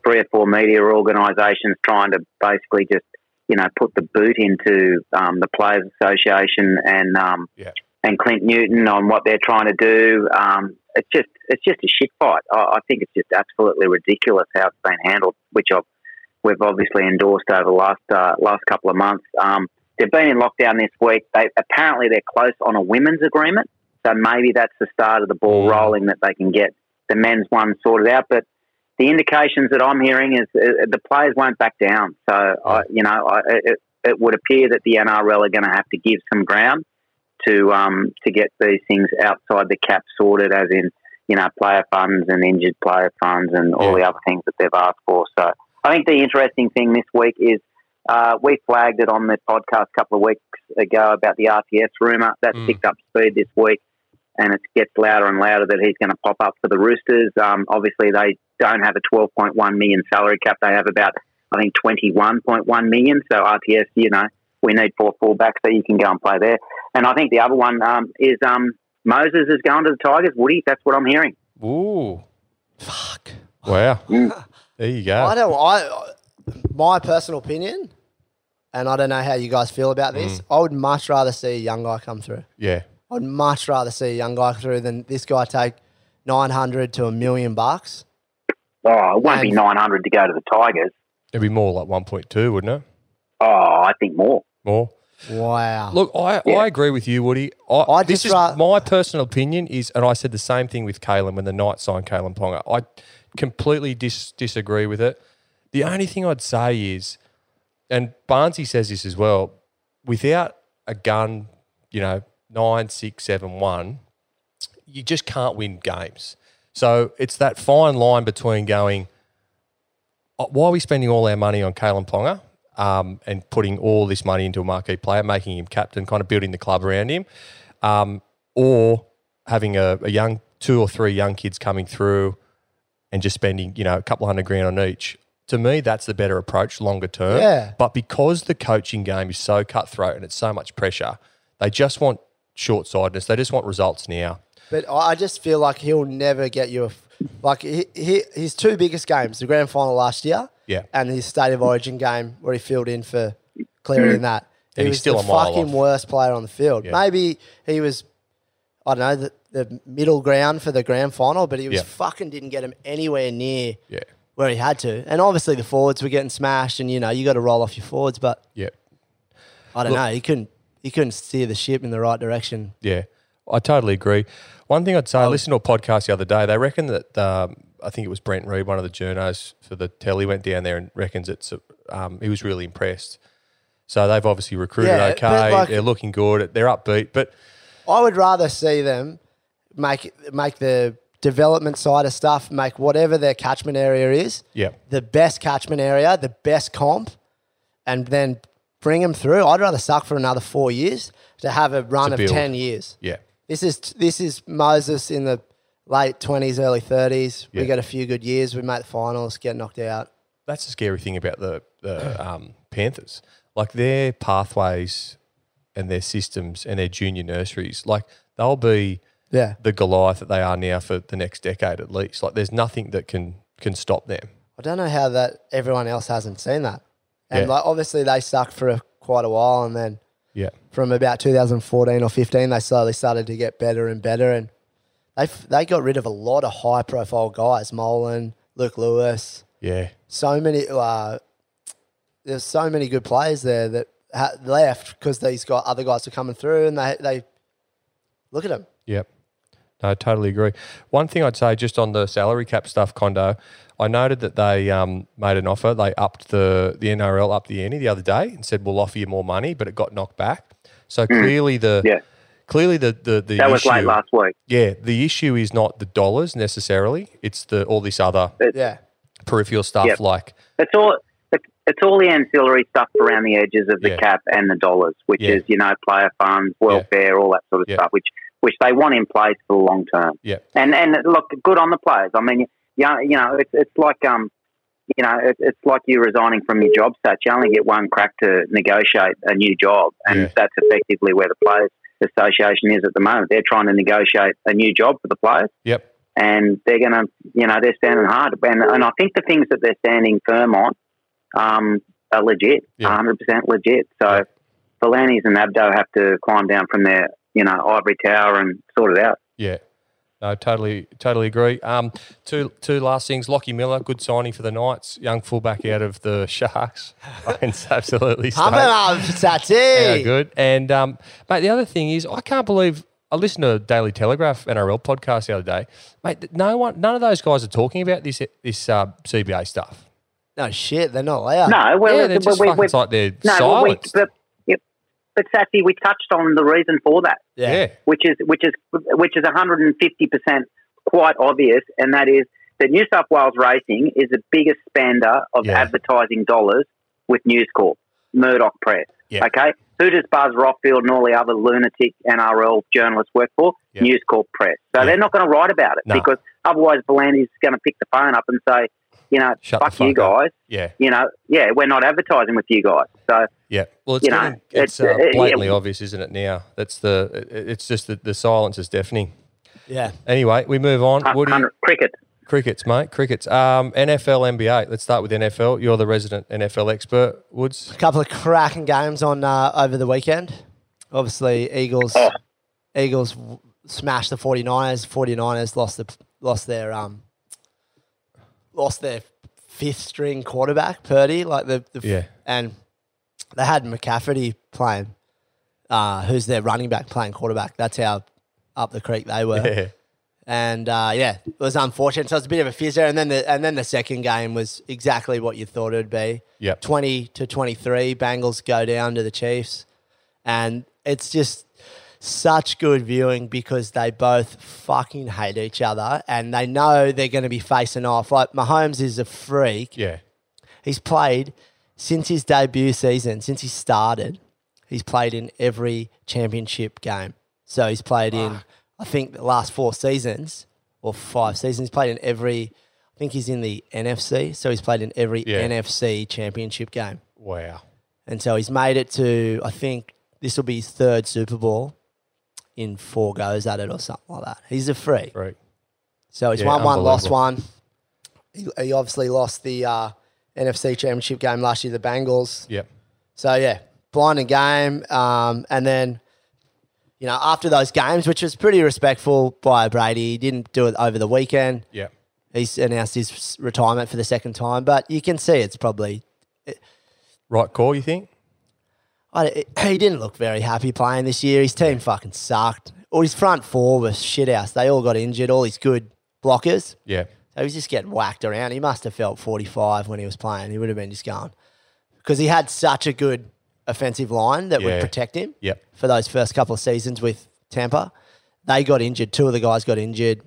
Speaker 7: three or four media organisations trying to basically just you know put the boot into um, the Players Association and um,
Speaker 5: Yeah.
Speaker 7: and Clint Newton on what they're trying to do. Um, it's just it's just a shit fight. I, I think it's just absolutely ridiculous how it's been handled, which I've we've obviously endorsed over the last uh, last couple of months. Um, they've been in lockdown this week. They apparently they're close on a women's agreement, so maybe that's the start of the ball
Speaker 5: Mm.
Speaker 7: rolling that they can get the men's one sorted out. But the indications that I'm hearing is uh, the players won't back down. So I, you know, I, it, it would appear that the NRL are going to have to give some ground to um, to get these things outside the cap sorted, as in you know player funds and injured player funds and all
Speaker 5: Yeah.
Speaker 7: the other things that they've asked for. So I think the interesting thing this week is uh, we flagged it on the podcast a couple of weeks ago about the RTS rumor that
Speaker 5: Mm.
Speaker 7: picked up speed this week, and it gets louder and louder that he's going to pop up for the Roosters. Um, obviously, they don't have a 12.1 million salary cap; they have about I think 21.1 million. So RTS, you know, we need four fullbacks, so you can go and play there. And I think the other one um, is um, Moses is going to the Tigers. Woody, that's what I'm hearing.
Speaker 5: Ooh.
Speaker 6: Fuck.
Speaker 5: Wow. there you go.
Speaker 6: I don't. I my personal opinion, and I don't know how you guys feel about this. I would much rather see a young guy come through.
Speaker 5: Yeah.
Speaker 6: I'd much rather see a young guy through than this guy take nine hundred to a million bucks.
Speaker 7: Oh, it won't be
Speaker 6: And-
Speaker 7: 900 to go to the Tigers.
Speaker 5: It'd be more like 1.2, wouldn't it?
Speaker 7: Oh, I think more.
Speaker 5: More.
Speaker 6: Wow.
Speaker 5: Look, I, I agree with you, Woody. I,
Speaker 6: I
Speaker 5: this
Speaker 6: just
Speaker 5: is
Speaker 6: ra-
Speaker 5: my personal opinion is, and I said the same thing with Kalen when the Knights signed Kalen Ponga. I completely dis- disagree with it. The only thing I'd say is, and Barnsey says this as well, without a gun, you know, nine, six, seven, one, you just can't win games. So it's that fine line between going, uh, why are we spending all our money on Kalen Ponga um, and putting all this money into a marquee player, making him captain, kind of building the club around him, um, or having a, a young two or three young kids coming through and just spending, you know, a couple hundred grand on each. To me, that's the better approach longer term.
Speaker 6: Yeah.
Speaker 5: But because the coaching game is so cutthroat and it's so much pressure, they just want short sightedness. They just want results now.
Speaker 6: But I I just feel like he'll never get you. A f- like he, he, his two biggest games, the grand final last year,
Speaker 5: Yeah.
Speaker 6: and his state of origin game where he filled in for clearing that.
Speaker 5: Mm. And
Speaker 6: he
Speaker 5: he's
Speaker 6: was
Speaker 5: still
Speaker 6: the
Speaker 5: a mile
Speaker 6: fucking
Speaker 5: off.
Speaker 6: worst player on the field. Maybe he was, I don't know, the, the middle ground for the grand final, but he was
Speaker 5: Yeah.
Speaker 6: fucking didn't get him anywhere near
Speaker 5: Yeah.
Speaker 6: where he had to. And obviously the forwards were getting smashed, and you know you got to roll off your forwards. But
Speaker 5: Yeah.
Speaker 6: I don't know, he couldn't he couldn't steer the ship in the right direction.
Speaker 5: Yeah, I totally agree. One thing I'd
Speaker 6: Oh.
Speaker 5: say, I listened to a podcast the other day. They reckon that um, I think it was Brent Reed, one of the journos for the telly, went down there and reckons it's. a- Um, he was really impressed. So they've obviously recruited
Speaker 6: Yeah, but
Speaker 5: okay.
Speaker 6: like-
Speaker 5: They're looking good. They're upbeat, but
Speaker 6: I would rather see them make make the development side of stuff, make whatever their catchment area is,
Speaker 5: yeah,
Speaker 6: the best catchment area, the best comp, and then bring them through. I'd rather suck for another four years to have a run
Speaker 5: To
Speaker 6: of
Speaker 5: build.
Speaker 6: ten years.
Speaker 5: yeah,
Speaker 6: This is this is Moses in the late twenties, early thirties.
Speaker 5: Yeah.
Speaker 6: We got a few good years. We make the finals, get knocked out.
Speaker 5: that's the scary thing about the the um, Panthers. Like their pathways and their systems and their junior nurseries, like they'll be
Speaker 6: Yeah,
Speaker 5: the Goliath that they are now for the next decade at least. Like there's nothing that can can stop them.
Speaker 6: I don't know how that everyone else hasn't seen that. And
Speaker 5: Yeah.
Speaker 6: like obviously they sucked for a, quite a while, and then.
Speaker 5: Yeah.
Speaker 6: from about 2014 or 15, they slowly started to get better and better. And they they got rid of a lot of high profile guys, Molan, Luke Lewis,
Speaker 5: Yeah.
Speaker 6: so many. Uh, there's so many good players there that ha- left because these got other guys were coming through, and they they look at them.
Speaker 5: Yep. No, I totally agree. One thing I'd say just on the salary cap stuff, Condo, I noted that they um, made an offer. They upped the, the NRL up the ante the other day and said, we'll offer you more money, but it got knocked back. So clearly the
Speaker 7: Hmm. Yeah.
Speaker 5: clearly the, the, the
Speaker 7: That
Speaker 5: issue,
Speaker 7: was late last week.
Speaker 5: Yeah, the issue is not the dollars necessarily. It's the all this other
Speaker 6: Yeah,
Speaker 5: peripheral stuff
Speaker 7: Yep.
Speaker 5: like
Speaker 7: It's all it's it's all the ancillary stuff around the edges of the
Speaker 5: Yeah.
Speaker 7: cap and the dollars, which
Speaker 5: Yeah.
Speaker 7: is you know player funds, welfare, all that sort of
Speaker 5: Yeah.
Speaker 7: stuff, which which they want in place for the long term.
Speaker 5: Yeah.
Speaker 7: And and look, good on the players. I mean, yeah, you know, it's it's like um, you know, it, it's like you resigning from your job search. You only get one crack to negotiate a new job, and
Speaker 5: Yeah.
Speaker 7: that's effectively where the players association is at the moment. They're trying to negotiate a new job for the players
Speaker 5: Yep.
Speaker 7: and they're going to, you know, they're standing hard. And, and I think the things that they're standing firm on um, are legit,
Speaker 5: Yeah.
Speaker 7: 100% legit. So the Lannies and Abdo have to climb down from their, you know, ivory tower and sort it out.
Speaker 5: Yeah. No, totally, totally agree. Um, two, two last things. Lockie Miller, good signing for the Knights. Young fullback out of the Sharks. It's absolutely
Speaker 6: pump 'em
Speaker 5: stoked.
Speaker 6: up,
Speaker 5: Yeah,
Speaker 6: Sati.
Speaker 5: good. And um, mate, the other thing is, I can't believe I listened to a Daily Telegraph NRL podcast the other day, mate. th- No one, none of those guys are talking about this this uh, CBA stuff.
Speaker 6: No shit, they're not allowed.
Speaker 7: No, well,
Speaker 5: yeah, they're just
Speaker 7: we,
Speaker 5: fucking
Speaker 7: we,
Speaker 5: it's like they're
Speaker 7: no, well, we,
Speaker 5: silenced.
Speaker 7: but, yep. but Sassy, we touched on the reason for that,
Speaker 5: yeah.
Speaker 7: which is which is which is 150% quite obvious, and that is that New South Wales Racing is the biggest spender of
Speaker 5: Yeah.
Speaker 7: advertising dollars with News Corp, Murdoch Press.
Speaker 5: Yeah.
Speaker 7: Okay. Who does Buzz Rockfield and all the other lunatic NRL journalists work for?
Speaker 5: Yeah.
Speaker 7: News Corp Press. So
Speaker 5: Yeah.
Speaker 7: they're not going to write about it
Speaker 5: No.
Speaker 7: because otherwise Belandi's going to pick the phone up and say, you know,
Speaker 5: Shut the
Speaker 7: fuck you
Speaker 5: fuck up.
Speaker 7: guys.
Speaker 5: yeah,
Speaker 7: You know, yeah, we're not advertising with you guys. So
Speaker 5: yeah. Well, it's
Speaker 7: You know,
Speaker 5: getting, it's,
Speaker 7: it's,
Speaker 5: uh,
Speaker 7: uh, yeah.
Speaker 5: blatantly obvious, isn't it? Now that's the it- it's just that the silence is deafening.
Speaker 6: Yeah,
Speaker 5: Anyway, we move on. Woody,
Speaker 7: 100 cricket.
Speaker 5: crickets, mate, crickets. Um, NFL, NBA. Let's start with NFL. You're the resident NFL expert, Woods.
Speaker 6: a couple of cracking games on uh, over the weekend. Obviously, Eagles Eagles w- smashed the 49ers. 49ers lost the lost their um lost their fifth string quarterback Purdy like the, the f-
Speaker 5: Yeah.
Speaker 6: and they had McCafferty playing uh who's their running back playing quarterback. That's how up the creek they were.
Speaker 5: Yeah,
Speaker 6: And uh, yeah, it was unfortunate. So it was a bit of a fizz there. And then the and then the second game was exactly what you thought it would be.
Speaker 5: Yep.
Speaker 6: Twenty to twenty three, Bengals go down to the Chiefs. And it's just such good viewing because they both fucking hate each other and they know they're gonna be facing off. Like Mahomes is a freak.
Speaker 5: yeah,
Speaker 6: He's played since his debut season, since he started, he's played in every championship game. So he's played in, I think, the last four seasons or five seasons, he's played in every, I think he's in the NFC, so he's played in every
Speaker 5: Yeah.
Speaker 6: NFC championship game.
Speaker 5: Wow.
Speaker 6: And so he's made it to, I think this will be his third Super Bowl in four goes at it or something like that. He's a freak.
Speaker 5: Right.
Speaker 6: So he's
Speaker 5: Yeah,
Speaker 6: won one, lost
Speaker 5: unbelievable.
Speaker 6: one. He, he obviously lost the uh, NFC championship game last year, the Bengals.
Speaker 5: Yep.
Speaker 6: So yeah, blinding game. Um, and then, you know, after those games, which was pretty respectful by Brady, he didn't do it over the weekend.
Speaker 5: Yep.
Speaker 6: He's announced his retirement for the second time, but you can see it's probably
Speaker 5: Right call, you think?
Speaker 6: I, he didn't look very happy playing this year. His team fucking sucked. All his front four was shit house. They all got injured. All his good blockers.
Speaker 5: Yeah.
Speaker 6: So he was just getting whacked around. He must have felt 45 when he was playing. He would have been just going because he had such a good offensive line that
Speaker 5: Yeah.
Speaker 6: would protect him
Speaker 5: Yep.
Speaker 6: for those first couple of seasons with Tampa. They got injured. Two of the guys got injured.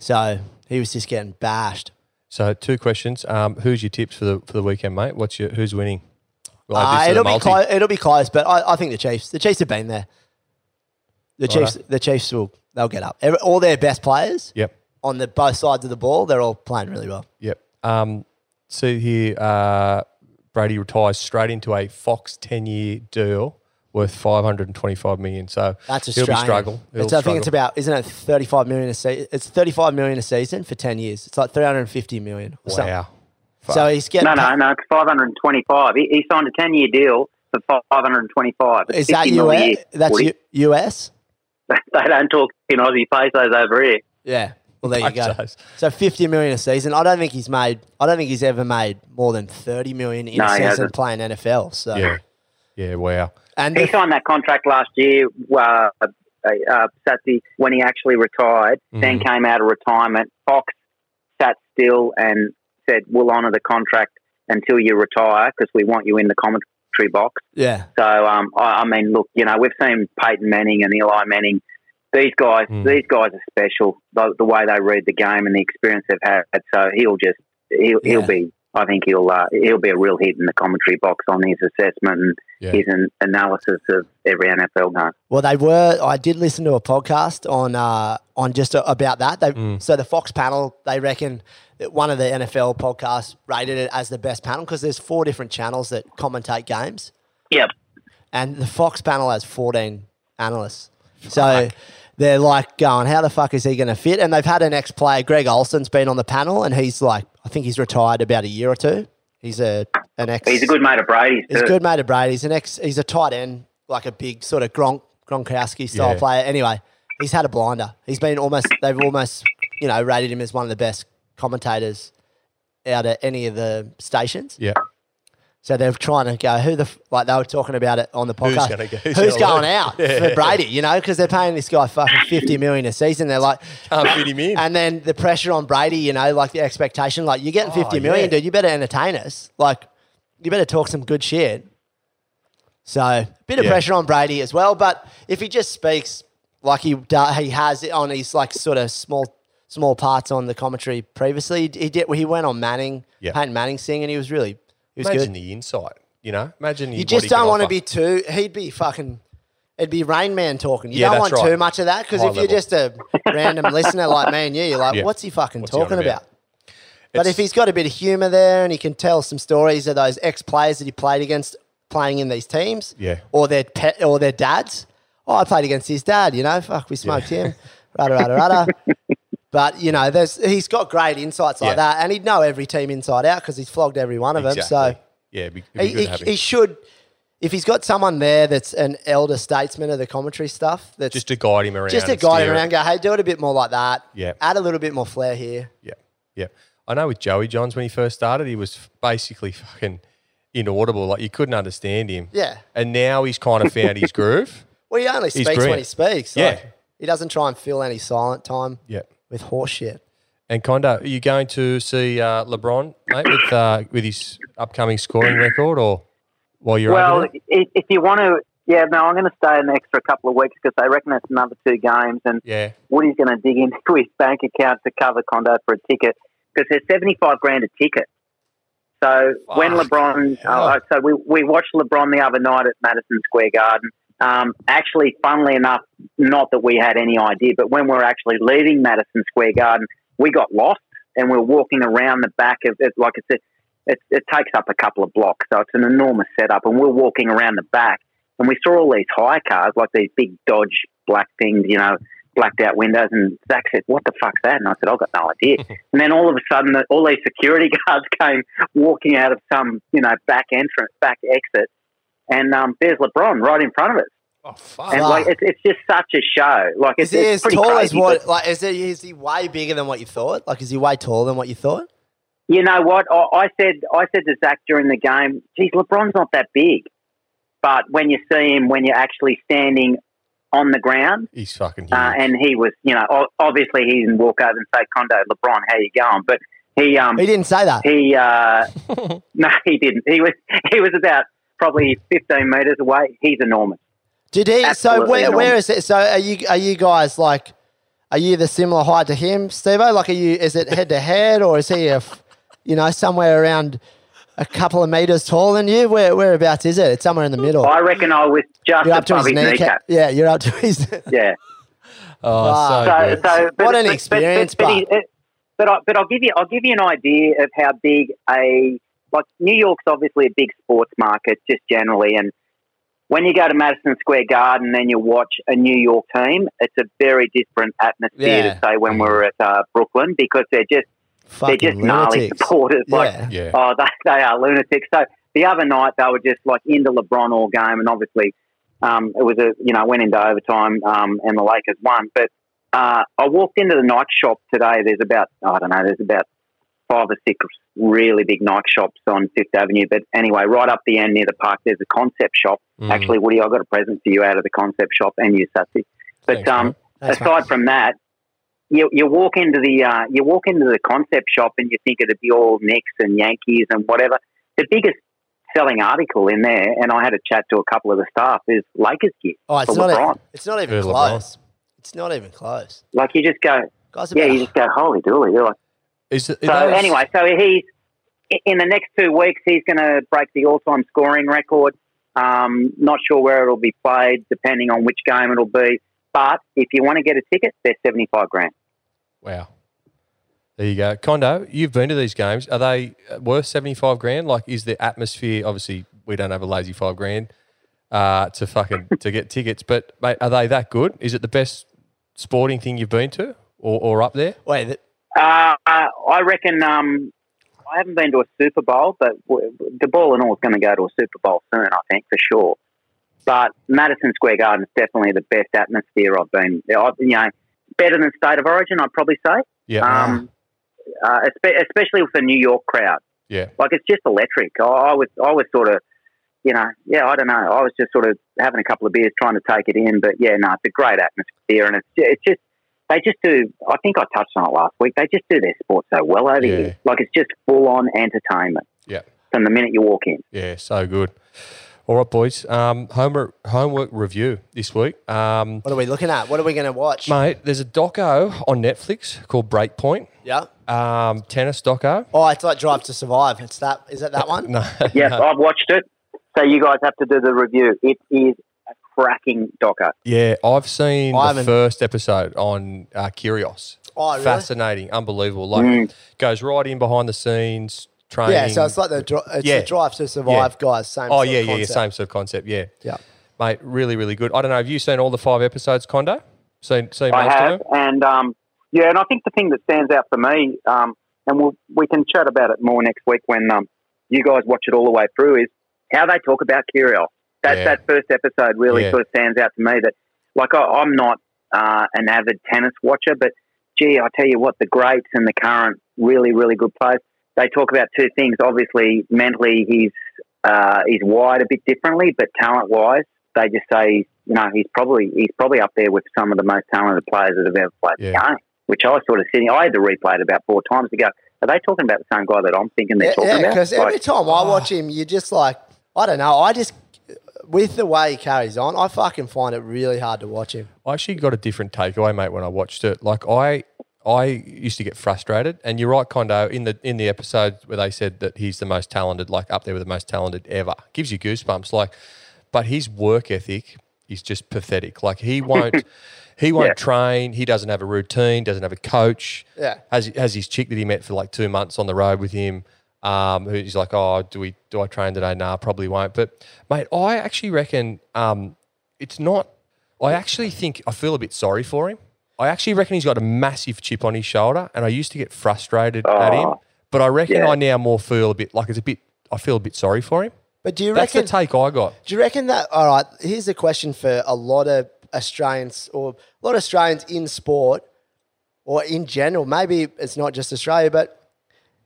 Speaker 6: So he was just getting bashed.
Speaker 5: So two questions. Um, who's your tips for the for the weekend, mate? What's your who's winning? Well,
Speaker 6: Uh,
Speaker 5: this is a
Speaker 6: it'll be
Speaker 5: multi.
Speaker 6: close. It'll be close, but I, I think the Chiefs. The Chiefs have been there. The Chiefs. The Chiefs will. They'll get up. Every, all their best players
Speaker 5: Yep.
Speaker 6: on the both sides of the ball. They're all playing really well.
Speaker 5: Yep. Um, see here, uh, Brady retires straight into a Fox ten-year deal worth five hundred and twenty-five million. So
Speaker 6: That's
Speaker 5: he'll
Speaker 6: Australian.
Speaker 5: be struggle. He'll
Speaker 6: It's, I think it's
Speaker 5: struggle.
Speaker 6: about isn't it thirty five million a season? It's thirty five million a season for ten years. It's like three hundred and fifty million. Or something.
Speaker 5: wow.
Speaker 6: So he's getting.
Speaker 7: No,
Speaker 6: pa-
Speaker 7: no, no. It's 525. He, he signed a 10 year deal for 525. It's
Speaker 6: Is that
Speaker 7: 50 mil a year,
Speaker 6: US? That's
Speaker 7: Woody.
Speaker 6: U- US.
Speaker 7: they don't talk in Aussie pesos over here.
Speaker 6: Yeah. Well, there you go.
Speaker 5: Pesos.
Speaker 6: So fifty million a season. I don't think he's made. I don't think he's ever made more than thirty million in
Speaker 7: No,
Speaker 6: a
Speaker 7: he
Speaker 6: season
Speaker 7: hasn't.
Speaker 6: playing NFL. So
Speaker 5: Yeah. Yeah. Wow.
Speaker 6: and
Speaker 7: He
Speaker 6: the
Speaker 7: signed that contract last year, uh, uh, uh, Satsi, when he actually retired,
Speaker 6: Mm-hmm.
Speaker 7: then came out of retirement. Fox sat still and said, We'll honour the contract until you retire because we want you in the commentary box.
Speaker 6: Yeah,
Speaker 7: So, um, I, I mean, look, you know, we've seen Peyton Manning and Eli Manning. These guys,
Speaker 6: Hmm.
Speaker 5: Mm.
Speaker 7: these guys are special. The, the way they read the game and the experience they've had. So he'll just, he'll,
Speaker 6: Yeah.
Speaker 7: he'll be. I think he'll uh, he'll be a real hit in the commentary box on his assessment and
Speaker 5: Yeah.
Speaker 7: his an- analysis of every NFL game.
Speaker 6: well, they were. I did listen to a podcast on uh, on just a, about that. They so the Fox panel they reckon that one of the NFL podcasts rated it as the best panel because there's four different channels that commentate games,
Speaker 7: Yep.
Speaker 6: and the Fox panel has 14 analysts. So they're like going, how the fuck is he going to fit? And they've had an ex player, Greg Olson's been on the panel, and he's like, I think he's retired about a year or two. He's a an ex.
Speaker 7: He's a good mate of Brady's.
Speaker 6: He's
Speaker 7: too.
Speaker 6: a good mate of Brady. He's an ex. He's a tight end, like a big sort of Gronk Gronkowski style
Speaker 5: Yeah.
Speaker 6: player. Anyway, he's had a blinder. He's been almost. They've almost, you know, rated him as one of the best commentators out of any of the stations.
Speaker 5: Yeah.
Speaker 6: So they're trying to go who the f- like they were talking about it on the podcast.
Speaker 5: gonna go- who's
Speaker 6: Who's
Speaker 5: gonna
Speaker 6: going
Speaker 5: lose?
Speaker 6: out for Brady? You know, because they're paying this guy fucking fifty million a season. They're like,
Speaker 5: Can't fit him in.
Speaker 6: and then the pressure on Brady, you know, like the expectation, like you're getting
Speaker 5: Oh,
Speaker 6: 50 million,
Speaker 5: yeah.
Speaker 6: dude. You better entertain us. Like, you better talk some good shit. So, a bit of
Speaker 5: Yeah.
Speaker 6: pressure on Brady as well. But if he just speaks like he do- he has it on his like sort of small small parts on the commentary previously, he, did. He went on Manning,
Speaker 5: Yeah.
Speaker 6: Peyton Manning sing, and he was really he was
Speaker 5: Imagine
Speaker 6: good.
Speaker 5: the insight. You know. Imagine
Speaker 6: you just don't want to be too. He'd be fucking. It'd be Rain Man talking. You
Speaker 5: Yeah,
Speaker 6: don't
Speaker 5: that's
Speaker 6: want
Speaker 5: right.
Speaker 6: too much of that because
Speaker 5: High
Speaker 6: if you're
Speaker 5: level.
Speaker 6: just a random listener like me and you, you're like,
Speaker 5: Yeah.
Speaker 6: what's he fucking
Speaker 5: What's he on
Speaker 6: talking
Speaker 5: about?
Speaker 6: about? But if he's got a bit of humour there and he can tell some stories of those ex players that he played against playing in these teams,
Speaker 5: Yeah.
Speaker 6: or their pet, or their dads. Oh, I played against his dad. You know, fuck, we smoked him. Rada rada rada. But you know, there's he's got great insights like
Speaker 5: Yeah.
Speaker 6: that, and he'd know every team inside out because he's flogged every one of
Speaker 5: Exactly.
Speaker 6: them. So
Speaker 5: yeah, it'd be, it'd be
Speaker 6: he,
Speaker 5: good
Speaker 6: he,
Speaker 5: to have him.
Speaker 6: he should, if he's got someone there that's an elder statesman of the commentary stuff, that's
Speaker 5: just to guide him around.
Speaker 6: just to
Speaker 5: and
Speaker 6: guide him
Speaker 5: steer it.
Speaker 6: around, go, hey, do it a bit more like that.
Speaker 5: Yeah.
Speaker 6: Add a little bit more flair here.
Speaker 5: Yeah, yeah. I know with Joey Johns when he first started, he was f- basically fucking inaudible. Like you couldn't understand him.
Speaker 6: Yeah.
Speaker 5: And now he's kind of found his groove.
Speaker 6: Well, he only speaks when
Speaker 5: brilliant.
Speaker 6: he speaks.
Speaker 5: Yeah.
Speaker 6: Like, he doesn't try and fill any silent time
Speaker 5: Yeah.
Speaker 6: with horseshit.
Speaker 5: And Kondo, are you going to see uh, LeBron, mate, with uh, with his upcoming scoring record, or while you're
Speaker 7: Well,
Speaker 5: over
Speaker 7: i- if you want to, yeah, no, I'm going to stay an extra couple of weeks because they reckon that's another two games, and
Speaker 5: there?
Speaker 7: Woody's going to dig into his bank account to cover Condo for a ticket because they're 75 grand a ticket. So when
Speaker 5: Fuck.
Speaker 7: LeBron,
Speaker 5: Yeah.
Speaker 7: uh, so we, we watched LeBron the other night at Madison Square Garden. Um, actually, funnily enough, not that we had any idea, but when we were actually leaving Madison Square Garden, we got lost and we were walking around the back of it. Like it's a, it, it takes up a couple of blocks, so it's an enormous setup. And we we're walking around the back, and we saw all these hire cars, like these big Dodge black things, you know, blacked out windows. And Zach said, "What the fuck's that?" And I said, "I've got no idea." and then all of a sudden, the, all these security guards came walking out of some, you know, back entrance, back exit, and um, there's LeBron right in front of us.
Speaker 5: Oh, fuck.
Speaker 7: And
Speaker 6: Wow.
Speaker 7: like it's, it's just such a show. Like
Speaker 6: Ah. Is
Speaker 7: it's,
Speaker 6: he
Speaker 7: it's
Speaker 6: as
Speaker 7: pretty
Speaker 6: tall
Speaker 7: crazy,
Speaker 6: as what?
Speaker 7: but
Speaker 6: Like, is he, is he way bigger than what you thought? Like, is he way taller than what you thought?
Speaker 7: You know what? I, I said I said to Zach during the game, geez, LeBron's not that big. But when you see him, when you're actually standing on the ground,
Speaker 5: He's fucking huge.
Speaker 7: uh, and he was, you know, o- obviously he didn't walk over and say, "Condo, LeBron, how you going?" But he, um,
Speaker 6: He didn't say that.
Speaker 7: he, uh, no, he didn't. He was, he was about probably 15 meters away. He's enormous.
Speaker 6: Did he? So
Speaker 7: Absolutely
Speaker 6: where,
Speaker 7: not.
Speaker 6: where is it? So are you are you guys like? Are you the similar height to him, Stevo? Like, are you? Is it head to head, or is he a, f- you know, somewhere around a couple of meters taller than you? Where whereabouts is it? It's somewhere in the middle.
Speaker 7: I reckon I was just
Speaker 6: You're up to
Speaker 7: above
Speaker 6: his
Speaker 7: his
Speaker 6: kneecap.
Speaker 7: kneecap.
Speaker 6: Yeah, you're up to his.
Speaker 7: Yeah.
Speaker 5: oh, so,
Speaker 7: so,
Speaker 5: good.
Speaker 7: so but,
Speaker 6: What an
Speaker 7: but-
Speaker 6: experience,
Speaker 7: but, but,
Speaker 6: Bart.
Speaker 7: he- it- but, I, but I'll give you I'll give you an idea of how big a like New York's obviously a big sports market just generally, and when you go to Madison Square Garden and you watch a New York team, it's a very different atmosphere
Speaker 3: Yeah.
Speaker 7: to say when we were at uh, Brooklyn because they're just
Speaker 6: Fucking
Speaker 7: they're just gnarly
Speaker 6: lunatics.
Speaker 7: supporters. Like
Speaker 6: Yeah.
Speaker 5: yeah.
Speaker 7: Oh, they, they are lunatics. So the other night they were just like into LeBron all game, and obviously um, it was a you know went into overtime um, and the Lakers won. But uh, I walked into the Nike shop today. There's about I don't know. There's about five or six really big Nike shops on Fifth Avenue. But anyway, right up the end near the park, there's a concept shop.
Speaker 5: Mm.
Speaker 7: Actually, Woody, I got a present for you out of the concept shop and you, Sassy. But
Speaker 5: Thanks,
Speaker 7: um,
Speaker 5: mate.
Speaker 6: Thanks, mate.
Speaker 7: aside from that, you, you walk into the uh, you walk into the concept shop and you think it'd be all Knicks and Yankees and whatever. The biggest selling article in there, and I had a chat to a couple of the staff, is Lakers gear.
Speaker 6: Oh, it's
Speaker 7: for
Speaker 6: not.
Speaker 7: LeBron.
Speaker 6: e- It's not even
Speaker 5: Who's LeBron?
Speaker 6: close. It's not even close.
Speaker 7: Like you just go,
Speaker 6: Guys,
Speaker 7: yeah,
Speaker 6: about-
Speaker 7: you just go, holy dooly. You're like,
Speaker 5: Is it,
Speaker 7: so
Speaker 5: those-
Speaker 7: anyway, so he's i- in the next two weeks he's going to break the all-time scoring record. Um, not sure where it'll be played, depending on which game it'll be. But if you want to get a ticket, they're seventy-five grand.
Speaker 5: Wow. There you go. Condo, you've been to these games. Are they uh, worth 75 grand? Like, is the atmosphere, obviously, we don't have a lazy five grand uh, to fucking to get tickets, but mate, are they that good? Is it the best sporting thing you've been to or, or up there?
Speaker 6: wait. th-
Speaker 7: Uh, uh, I reckon. Um, I haven't been to a Super Bowl, but w- w- the ball and all is going to go to a Super Bowl soon, I think for sure. But Madison Square Garden is definitely the best atmosphere I've been. I've, you know, better than State of Origin, I'd probably say.
Speaker 5: Yeah.
Speaker 7: um, uh, espe- especially with the New York crowd.
Speaker 5: Yeah.
Speaker 7: like it's just electric. I, I was, I was sort of, you know, yeah, I don't know. I was just sort of having a couple of beers, trying to take it in. But yeah, no, it's a great atmosphere, and it's, it's just they just do. I think I touched on it last week. They just do their sport so well over
Speaker 5: Yeah.
Speaker 7: here. Like it's just full on entertainment.
Speaker 5: Yeah.
Speaker 7: from the minute you walk in.
Speaker 5: Yeah, so good. All right, boys. Um, homework, homework review this week. Um,
Speaker 6: What are we looking at? What are we going to watch?
Speaker 5: mate, there's a doco on Netflix called Breakpoint,
Speaker 6: Yeah.
Speaker 5: um, tennis doco.
Speaker 6: Oh, it's like Drive to Survive. It's that. Is it that one?
Speaker 5: No,
Speaker 7: Yeah, I've watched it. So you guys have to do the review. It is a cracking docker.
Speaker 5: Yeah, I've seen
Speaker 6: I
Speaker 5: the
Speaker 6: haven't-
Speaker 5: first episode on uh, Curios.
Speaker 6: Oh, really?
Speaker 5: Fascinating, unbelievable. Like
Speaker 7: Mm.
Speaker 5: goes right in behind the scenes, training.
Speaker 6: Yeah, so it's like the dri- it's
Speaker 5: Yeah.
Speaker 6: the drive to survive, guys. Same.
Speaker 5: oh
Speaker 6: sort of
Speaker 5: yeah, yeah, yeah,
Speaker 6: concept.
Speaker 5: same sort of concept. Yeah,
Speaker 6: Yeah.
Speaker 5: mate, really, really good. I don't know. Have you seen all the five episodes, Condo? Seen, seen most
Speaker 7: I
Speaker 5: of
Speaker 7: have,
Speaker 5: them?
Speaker 7: and um, yeah, and I think the thing that stands out for me, um, and we'll, we can chat about it more next week when um, you guys watch it all the way through, is how they talk about Kirill. That
Speaker 5: Yeah.
Speaker 7: that first episode really
Speaker 5: Yeah.
Speaker 7: sort of stands out to me. That like I, I'm not uh, an avid tennis watcher, but gee, I tell you what, the greats and the current really really good players, they talk about two things. Obviously, mentally he's uh, he's wired a bit differently, but talent wise, they just say you know he's probably he's probably up there with some of the most talented players that have ever played the
Speaker 5: Yeah.
Speaker 7: game. Which I was sort of sitting. I had to replay it about four times ago. Are they talking about the same guy that I'm thinking they're
Speaker 6: Yeah,
Speaker 7: talking about? Ah.
Speaker 6: because
Speaker 7: Like,
Speaker 6: every time I watch him, you just like I don't know. I just with the way he carries on, I fucking find it really hard to watch him.
Speaker 5: I actually got a different takeaway, mate, when I watched it. Like I, I used to get frustrated, and you're right, Condo. In the in the episode where they said that he's the most talented, like up there with the most talented ever, gives you goosebumps. Like, but his work ethic is just pathetic. Like he won't, he won't
Speaker 7: Yeah.
Speaker 5: train. He doesn't have a routine. Doesn't have a coach.
Speaker 6: Yeah.
Speaker 5: has has his chick that he met for like two months on the road with him. Um, who's like, oh, do we do I train today? Nah, probably won't. But mate, I actually reckon um, it's not. I actually think I feel a bit sorry for him. I actually reckon he's got a massive chip on his shoulder, and I used to get frustrated at him.
Speaker 7: Oh,
Speaker 5: But I reckon
Speaker 7: yeah.
Speaker 5: I now more feel a bit like it's a bit. I feel a bit sorry for him.
Speaker 6: But do you
Speaker 5: That's
Speaker 6: reckon?
Speaker 5: the take I got.
Speaker 6: do you reckon that? All right. Here's a question for a lot of Australians or a lot of Australians in sport or in general. Maybe it's not just Australia, but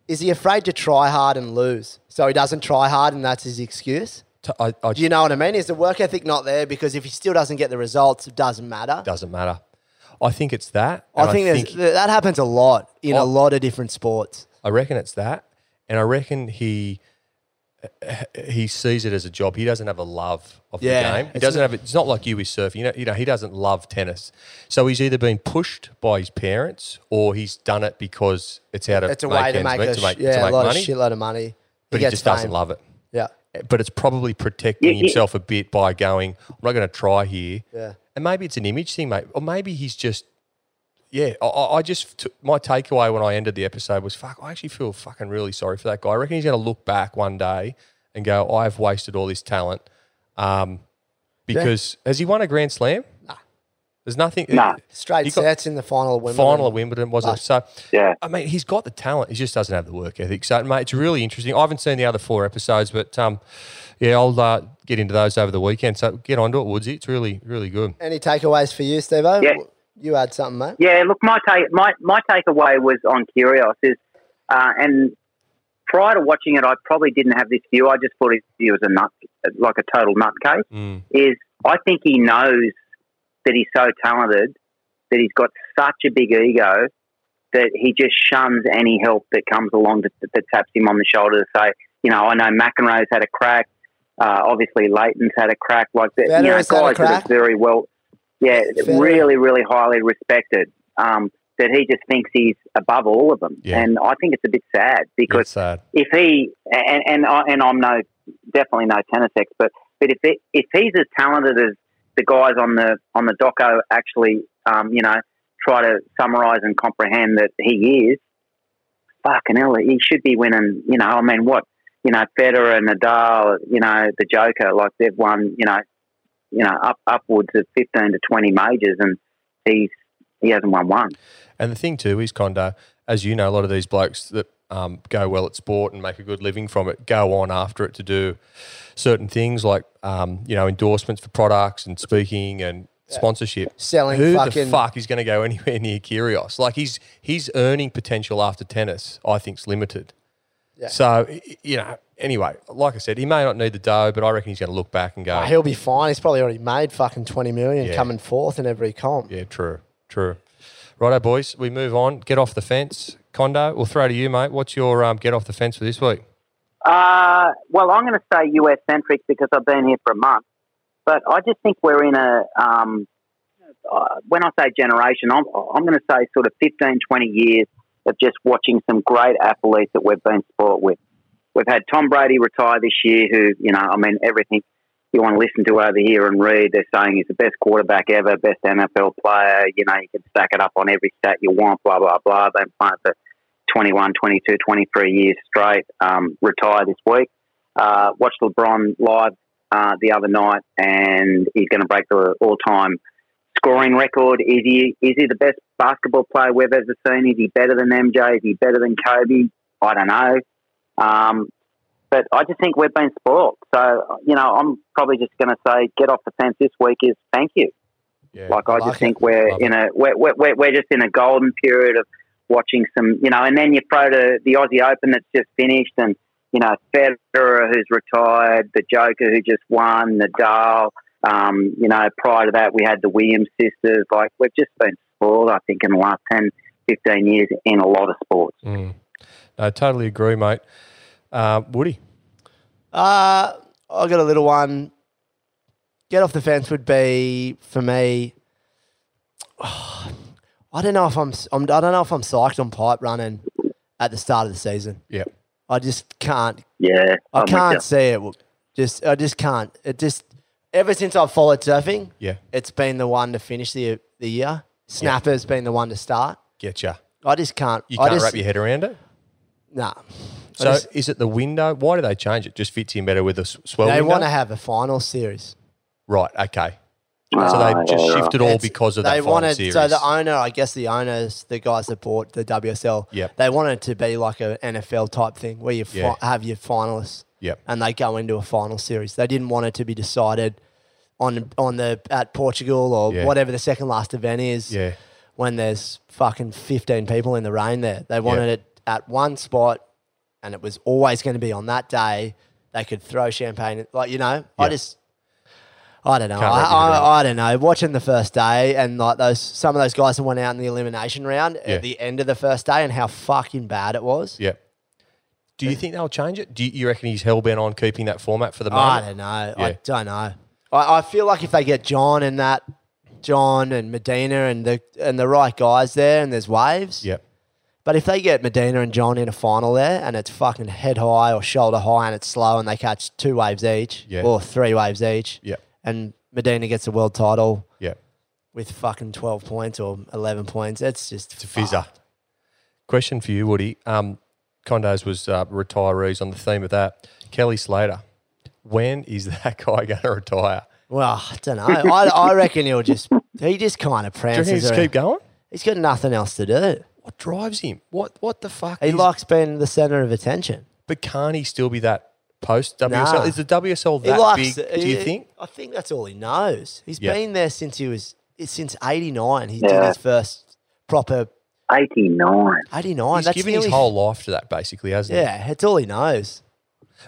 Speaker 6: is he afraid to try hard and lose? So he doesn't try hard, and that's his excuse.
Speaker 5: T- I, I
Speaker 6: Do you know what I mean? Is the work ethic not there? Because if he still doesn't get the results, it doesn't matter.
Speaker 5: doesn't matter. I think it's that. and
Speaker 6: I think, there's th that happens a lot in a
Speaker 5: Oh.
Speaker 6: lot of different sports.
Speaker 5: I reckon it's that, and I reckon he he sees it as a job. He doesn't have a love of
Speaker 6: Yeah,
Speaker 5: the game. He
Speaker 6: it's
Speaker 5: doesn't have. It's not like you with surfing. You know, you know, he doesn't love tennis. So he's either been pushed by his parents, or he's done it because it's out of
Speaker 6: It's a way to
Speaker 5: ends
Speaker 6: make,
Speaker 5: meet,
Speaker 6: a,
Speaker 5: to
Speaker 6: sh-
Speaker 5: make, to
Speaker 6: yeah,
Speaker 5: make
Speaker 6: a lot
Speaker 5: money,
Speaker 6: of shitload of money.
Speaker 5: but he
Speaker 6: gets
Speaker 5: just doesn't
Speaker 6: fame.
Speaker 5: love it.
Speaker 6: Yeah,
Speaker 5: But it's probably protecting
Speaker 7: Yeah, yeah.
Speaker 5: himself a bit by going, I'm not going to try here.
Speaker 6: Yeah.
Speaker 5: And maybe it's an image thing, mate. Or maybe he's just, yeah. I- I, I just, t- my takeaway when I ended the episode was, fuck, I actually feel fucking really sorry for that guy. I reckon he's going to look back one day and go, I've wasted all this talent. Um, because has he won a Grand Slam? Nah. There's nothing.
Speaker 7: Nah.
Speaker 6: straight
Speaker 5: He got-
Speaker 6: sets in the final of Wimbledon.
Speaker 5: Final of Wimbledon, was it? So,
Speaker 7: Yeah.
Speaker 5: I mean, he's got the talent. He just doesn't have the work ethic. So, mate, it's really interesting. I haven't seen the other four episodes, but um, yeah, I'll uh, get into those over the weekend. So, get onto it, Woodsy. It's really, really good.
Speaker 6: Any takeaways for you, Stevo?
Speaker 7: Yeah.
Speaker 6: You had something, mate.
Speaker 7: Yeah, look, my take my, my takeaway was on Curios is, uh, and prior to watching it, I probably didn't have this view. I just thought his view was a nut, like a total nutcase.
Speaker 5: Mm.
Speaker 7: Is I think he knows that he's so talented that he's got such a big ego that he just shuns any help that comes along that, that, taps him on the shoulder to say, you know, I know McEnroe's had a crack. Uh, obviously, Leighton's had a crack. Like that, you know,
Speaker 6: Federer's had a
Speaker 7: guys that are
Speaker 6: crack.
Speaker 7: very well, yeah,
Speaker 6: Federer.
Speaker 7: really, really highly respected. Um, that he just thinks he's above all of them,
Speaker 5: Yeah.
Speaker 7: and I think it's a bit sad because
Speaker 5: It's, uh,
Speaker 7: if he and and, I, and I'm no definitely no tennis expert, but if it, if he's as talented as the guys on the on the doco actually, um, you know, try to summarise and comprehend that he is, fucking hell, he should be winning. You know, I mean, what you know, Federer, Nadal, you know, the Joker, like they've won, you know, you know, up upwards of fifteen to twenty majors, and he's he hasn't won one.
Speaker 5: And the thing too is, Condo, as you know, a lot of these blokes that um, go well at sport and make a good living from it go on after it to do certain things like um, you know endorsements for products and speaking and sponsorship.
Speaker 6: Selling
Speaker 5: Who
Speaker 6: fucking-
Speaker 5: the fuck is going to go anywhere near Kyrgios? Like he's his earning potential after tennis, I think's limited. So y- y- you know, anyway, like I said, he may not need the dough, but I reckon he's going to look back and go,
Speaker 6: He'll be fine. He's probably already made fucking twenty million
Speaker 5: Yeah.
Speaker 6: coming fourth in every comp.
Speaker 5: Yeah, true, true. Righto, boys, we move on. Get off the fence, Condo. We'll throw to you, mate. What's your um, get off the fence for this week?
Speaker 7: Uh, well, I'm going to say US centric because I've been here for a month, but I just think we're in a. Um, uh, when I say generation, I'm, I'm going to say sort of 15, 20 years of just watching some great athletes that we've been spoilt with. We've had Tom Brady retire this year, who, you know, I mean, everything you want to listen to over here and read, they're saying he's the best quarterback ever, best NFL player. You know, you can stack it up on every stat you want, blah, blah, blah. They've been playing for 21, 22, 23 years straight, um, retire this week. Uh, watched LeBron live uh, the other night, and he's going to break the all-time scoring record. Is he is he the best basketball player we've ever seen? Is he better than MJ? Is he better than Kobe? I don't know. Um, but I just think we've been spoiled. So you know, I'm probably just going to say, get off the fence this week. Is thank you.
Speaker 5: Yeah,
Speaker 7: Like I
Speaker 6: Like
Speaker 7: just
Speaker 6: it.
Speaker 7: think we're
Speaker 5: Love
Speaker 7: in a we're, we're- we're, we're just in a golden period of watching some you know, and then you throw to the Aussie Open that's just finished, and you know Federer who's retired, the Joker who just won, Nadal. Um, you know, prior to that we had the Williams sisters. Like we've just been spoiled, I think, in the last 10, 15 years in a lot of sports.
Speaker 5: Mm. I totally agree, mate. Uh, Woody,
Speaker 6: Uh, I got a little one. Get off the fence would be for me. I don't know if I'm, s- I'm. I don't know if I'm psyched on pipe running at the start of the season.
Speaker 5: yeah,
Speaker 6: I just can't.
Speaker 7: Yeah,
Speaker 6: I
Speaker 7: I'm with ya.
Speaker 6: can't see it. Just I just can't. It just ever since I've followed surfing,
Speaker 5: Yeah.
Speaker 6: it's been the one to finish the the year. Snapper's been the one to start.
Speaker 5: Getcha.
Speaker 6: I just can't.
Speaker 5: You
Speaker 6: I
Speaker 5: can't
Speaker 6: just,
Speaker 5: wrap your head around it.
Speaker 6: Nah.
Speaker 5: So
Speaker 6: just-
Speaker 5: is it the window? Why do they change it? Just fits in better with the s- swell
Speaker 6: They
Speaker 5: window?
Speaker 6: want to have a final series.
Speaker 5: right, okay. So
Speaker 7: Ah,
Speaker 5: they've just
Speaker 7: yeah, right.
Speaker 5: shifted all
Speaker 6: It's-
Speaker 5: because of
Speaker 6: they
Speaker 5: that final
Speaker 6: wanted,
Speaker 5: series.
Speaker 6: So the owner, I guess the owners, the guys that bought the WSL,
Speaker 5: Yep.
Speaker 6: they wanted it to be like an NFL type thing where you fi-
Speaker 5: Yeah.
Speaker 6: have your finalists
Speaker 5: Yep.
Speaker 6: and they go into a final series. They didn't want it to be decided on on the at Portugal or
Speaker 5: Yeah.
Speaker 6: whatever the second last event is.
Speaker 5: Yeah.
Speaker 6: When there's fucking 15 people in the rain there. They wanted it at one spot and it was always going to be on that day. They could throw champagne, like, you know, I
Speaker 5: Yeah.
Speaker 6: just, I don't know.
Speaker 5: Can't
Speaker 6: I,
Speaker 5: wrap your head
Speaker 6: I,
Speaker 5: around
Speaker 6: I don't know. Watching the first day and like those, some of those guys that went out in the elimination round
Speaker 5: Yeah.
Speaker 6: at the end of the first day and how fucking bad it was.
Speaker 5: Yep. Do you think they'll change it? Do you, you reckon he's hell bent on keeping that format for the
Speaker 6: I
Speaker 5: moment?
Speaker 6: don't know.
Speaker 5: Yeah.
Speaker 6: I don't know. I, I feel like if they get John and that, John and Medina and the and the right guys there, and there's waves.
Speaker 5: Yep.
Speaker 6: But if they get Medina and John in a final there, and it's fucking head high or shoulder high, and it's slow, and they catch two waves each
Speaker 5: Yeah.
Speaker 6: or three waves each,
Speaker 5: Yep.
Speaker 6: and Medina gets the world title
Speaker 5: Yep.
Speaker 6: with fucking twelve points or eleven points, it's just
Speaker 5: It's a fizzer. Question for you, Woody. Um, Condos was uh, retirees on the theme of that. Kelly Slater, when is that guy going to retire?
Speaker 6: Well, I don't know. I, I reckon he'll just he just kind of
Speaker 5: Do you reckon he
Speaker 6: prances.
Speaker 5: just
Speaker 6: around.
Speaker 5: keep going?
Speaker 6: He's got nothing else to do.
Speaker 5: What drives him? What What the fuck?
Speaker 6: He
Speaker 5: is-
Speaker 6: likes being the center of attention.
Speaker 5: but can't he still be that post WSL?
Speaker 6: Nah.
Speaker 5: Is the WSL
Speaker 6: He
Speaker 5: that
Speaker 6: likes.
Speaker 5: big? Do you
Speaker 6: he-
Speaker 5: think?
Speaker 6: I think that's all he knows. He's
Speaker 5: Yeah.
Speaker 6: been there since he was since '89. He did
Speaker 7: Yeah.
Speaker 6: his first proper
Speaker 7: 89.
Speaker 6: '89.
Speaker 5: He's
Speaker 6: that's
Speaker 5: given his
Speaker 6: nearly-
Speaker 5: whole life to that, basically, hasn't he?
Speaker 6: Yeah, it's all he knows.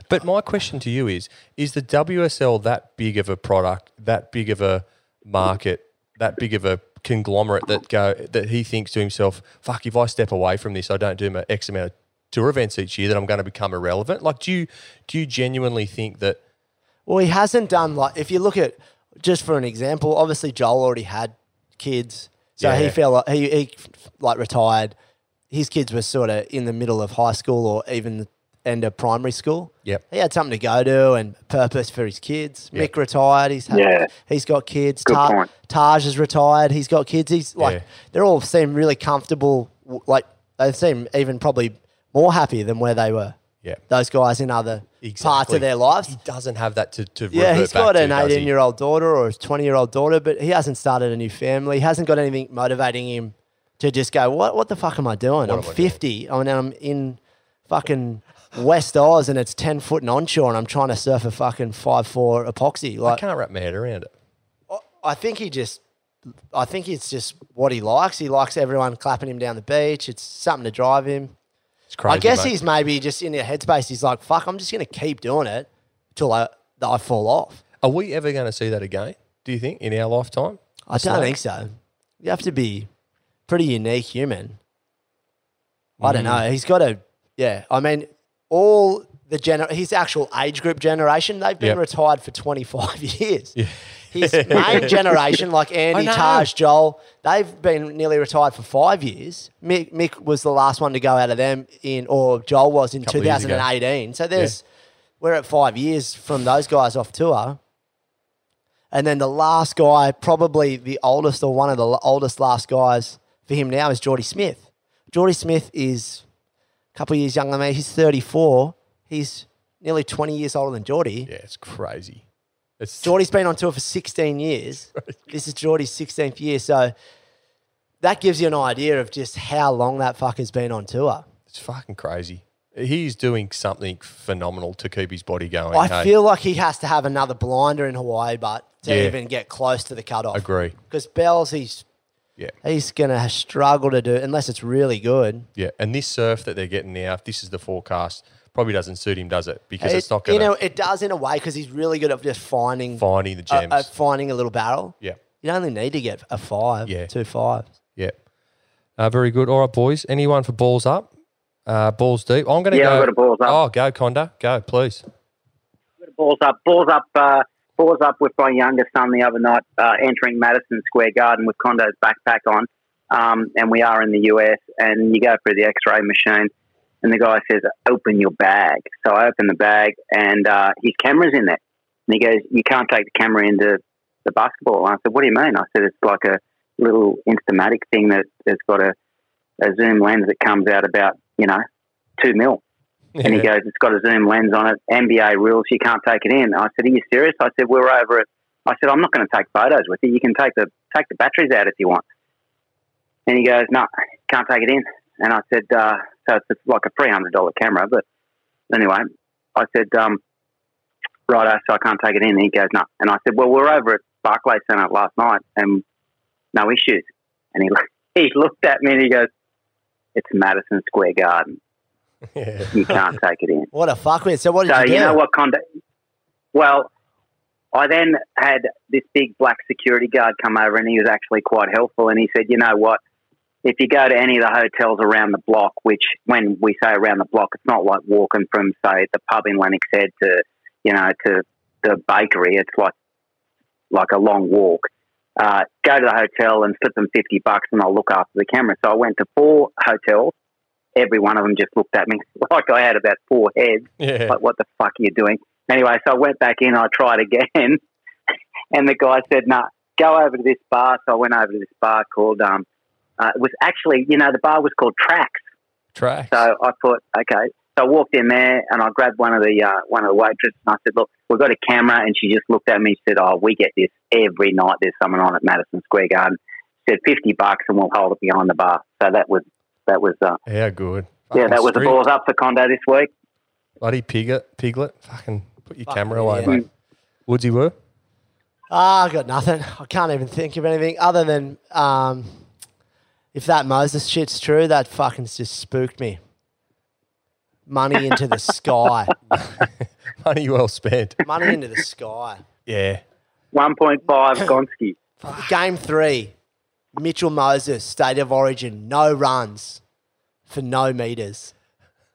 Speaker 5: But my question to you is: Is the WSL that big of a product, that big of a market, that big of a conglomerate that go that he thinks to himself, "Fuck, if I step away from this, I don't do my X amount of tour events each year, that I'm going to become irrelevant." Like, do you do you genuinely think that?
Speaker 6: Well, he hasn't done like if you look at just for an example. Obviously, Joel already had kids, so he
Speaker 5: Yeah.
Speaker 6: felt like he, he like retired. His kids were sort of in the middle of high school or even the end of primary school.
Speaker 5: Yep.
Speaker 6: he had something to go to and purpose for his kids.
Speaker 5: Yep.
Speaker 6: Mick retired. He's had,
Speaker 7: Yeah.
Speaker 6: he's got kids.
Speaker 7: Good point.
Speaker 6: Taj is retired. He's got kids. He's like
Speaker 5: Yeah.
Speaker 6: they're all seem really comfortable. w- Like they seem even probably more happy than where they were.
Speaker 5: Yeah.
Speaker 6: Those guys in other parts
Speaker 5: Exactly.
Speaker 6: of their lives.
Speaker 5: He doesn't have that to to.
Speaker 6: Yeah,
Speaker 5: revert
Speaker 6: he's
Speaker 5: back
Speaker 6: got
Speaker 5: to,
Speaker 6: an
Speaker 5: does he?
Speaker 6: 18 year old daughter or his 20 year old daughter, but he hasn't started a new family. He hasn't got anything motivating him to just go, What, what the fuck am I doing?
Speaker 5: am
Speaker 6: I'm
Speaker 5: I doing?"
Speaker 6: 50. I mean, I'm in fucking West Oz and it's 10 foot and onshore and I'm trying to surf a fucking 5'4 epoxy.
Speaker 5: I
Speaker 6: Like, I,
Speaker 5: can't wrap my head around it.
Speaker 6: think he just, I think it's just what he likes. He likes everyone clapping him down the beach. It's something to drive him.
Speaker 5: It's crazy.
Speaker 6: I guess
Speaker 5: mate.
Speaker 6: he's maybe just in a headspace. He's like, Fuck, I'm just going to keep doing it till I, I fall off.
Speaker 5: Are we ever going to see that again? Do you think in our lifetime?
Speaker 6: I don't think so. You have to be pretty unique human. I
Speaker 5: Mm.
Speaker 6: don't know. He's got a yeah. I mean, all the gener his actual age group generation, they've been
Speaker 5: Yep.
Speaker 6: retired for twenty five years. His main generation, like Andy, Taj, Joel, they've been nearly retired for five years. Mick, Mick was the last one to go out of them in, or Joel was in two
Speaker 5: Couple of years
Speaker 6: thousand
Speaker 5: ago.
Speaker 6: and eighteen. So there's we're at five years from those guys off tour. And then the last guy, probably the oldest or one of the l- oldest last guys for him now is Geordie Smith. Geordie Smith is a couple of years younger than me. He's 34. He's nearly 20 years older than Geordie.
Speaker 5: Yeah, it's crazy. It's
Speaker 6: Geordie's been on tour for 16 years. This is Geordie's 16th year. So that gives you an idea of just how long that fucker's been on tour.
Speaker 5: It's fucking crazy. He's doing something phenomenal to keep his body going.
Speaker 6: I
Speaker 5: hey?
Speaker 6: feel like he has to have another blinder in Hawaii, but to
Speaker 5: Yeah.
Speaker 6: even get close to the cutoff.
Speaker 5: Agree.
Speaker 6: Because Bells, he's
Speaker 5: Yeah.
Speaker 6: he's gonna struggle to do unless it's really good.
Speaker 5: Yeah. And this surf that they're getting now, if this is the forecast, probably doesn't suit him, does it? Because it's
Speaker 6: It-
Speaker 5: not going
Speaker 6: you
Speaker 5: to
Speaker 6: know, uh, it does in a way because he's really good at just finding
Speaker 5: finding the
Speaker 6: a-
Speaker 5: gems.
Speaker 6: a- finding a little barrel.
Speaker 5: yeah.
Speaker 6: You only need to get a five,
Speaker 5: Yeah.
Speaker 6: two fives.
Speaker 5: Yeah. Uh, very good. All right, boys. Anyone for balls up? Uh, balls deep. I'm going to
Speaker 7: Yeah,
Speaker 5: go.
Speaker 7: I've got a balls up.
Speaker 5: Oh, go, Conda. Go, please.
Speaker 7: balls up, balls up, uh, balls up with my youngest son the other night, uh, entering Madison Square Garden with Condo's backpack on. Um, and we are in the US, and you go through the x ray machine, and the guy says, Open your bag. So I open the bag, and uh, his camera's in there. And he goes, You can't take the camera into the basketball. And I said, What do you mean? I said, It's like a little instamatic thing that has got a, a zoom lens that comes out about, you know, two mil. And he
Speaker 5: Yeah.
Speaker 7: goes, It's got a zoom lens on it, NBA rules, you can't take it in. I said, Are you serious? I said, We're over it. I said, I'm not going to take photos with you. You can take the take the batteries out if you want. And he goes, No, can't take it in. And I said, uh, So it's like a three hundred dollar camera, but anyway, I said, um, Righto, so I can't take it in. And he goes, No. And I said, Well, we're over at Barclay Centre last night and no issues. And he looked- he looked at me and he goes, It's Madison Square Garden.
Speaker 5: Yeah.
Speaker 7: You can't take it in.
Speaker 6: What a fuckwit. So what did
Speaker 7: So
Speaker 6: you do?
Speaker 7: you know what conduct? Well, I then had this big black security guard come over, and he was actually quite helpful. And he said, "You know what? If you go to any of the hotels around the block, which when we say around the block, it's not like walking from say the pub in Lennox Head to you know to the bakery. It's like like a long walk. Uh, go to the hotel and slip them fifty bucks, and I'll look after the camera." So I went to four hotels. Every one of them just looked at me like I had about four heads
Speaker 5: Yeah.
Speaker 7: like, what the fuck are you doing? Anyway, so I went back in, I tried again, and the guy said, no, go over to this bar. So I went over to this bar called, um, uh, it was actually, you know, the bar was called Tracks.
Speaker 5: Tracks.
Speaker 7: So I thought, okay. So I walked in there and I grabbed one of the uh, one of the waitresses and I said, "Look, we've got a camera." And she just looked at me and said, "Oh, we get this every night. There's someone on at Madison Square Garden." She said fifty bucks and we'll hold it behind the bar. So that was that was uh,
Speaker 5: yeah, good.
Speaker 7: yeah
Speaker 5: Fucking
Speaker 7: that was the
Speaker 5: strict.
Speaker 7: balls up for Condo this week.
Speaker 5: Bloody piglet. Piglet. Fucking put your
Speaker 6: Fucking
Speaker 5: camera away,
Speaker 6: idiot.
Speaker 7: Mm.
Speaker 5: mate. Woodsy were?
Speaker 6: Ah, I got nothing. I can't even think of anything other than um, if that Moses shit's true, that fucking's just spooked me. Money into the sky.
Speaker 5: Money well spent.
Speaker 6: Money into the sky.
Speaker 5: Yeah.
Speaker 7: One point five Gonski.
Speaker 6: Game three, Mitchell Moses, state of origin, no runs for no meters.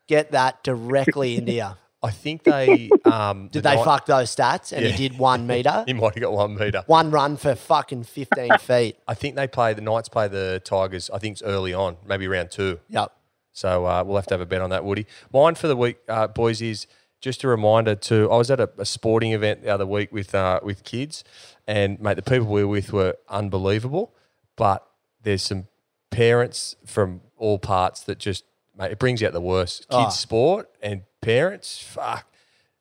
Speaker 6: Get that directly into you.
Speaker 5: I think they. Um,
Speaker 6: Did
Speaker 5: the
Speaker 6: they
Speaker 5: night-
Speaker 6: fuck those stats? And
Speaker 5: Yeah.
Speaker 6: he did one meter,
Speaker 5: He might have got one meter.
Speaker 6: one run for fucking 15 feet.
Speaker 5: I think they play the Knights play the Tigers. I think it's early on, maybe round two.
Speaker 6: Yep.
Speaker 5: So uh, we'll have to have a bet on that, Woody. Mine for the week, uh, boys, is just a reminder to. I was at a, a sporting event the other week with uh, with kids, and mate, the people we were with were unbelievable. But there's some parents from all parts that just mate, it brings out the worst. Kids
Speaker 6: Ah.
Speaker 5: sport and parents, fuck.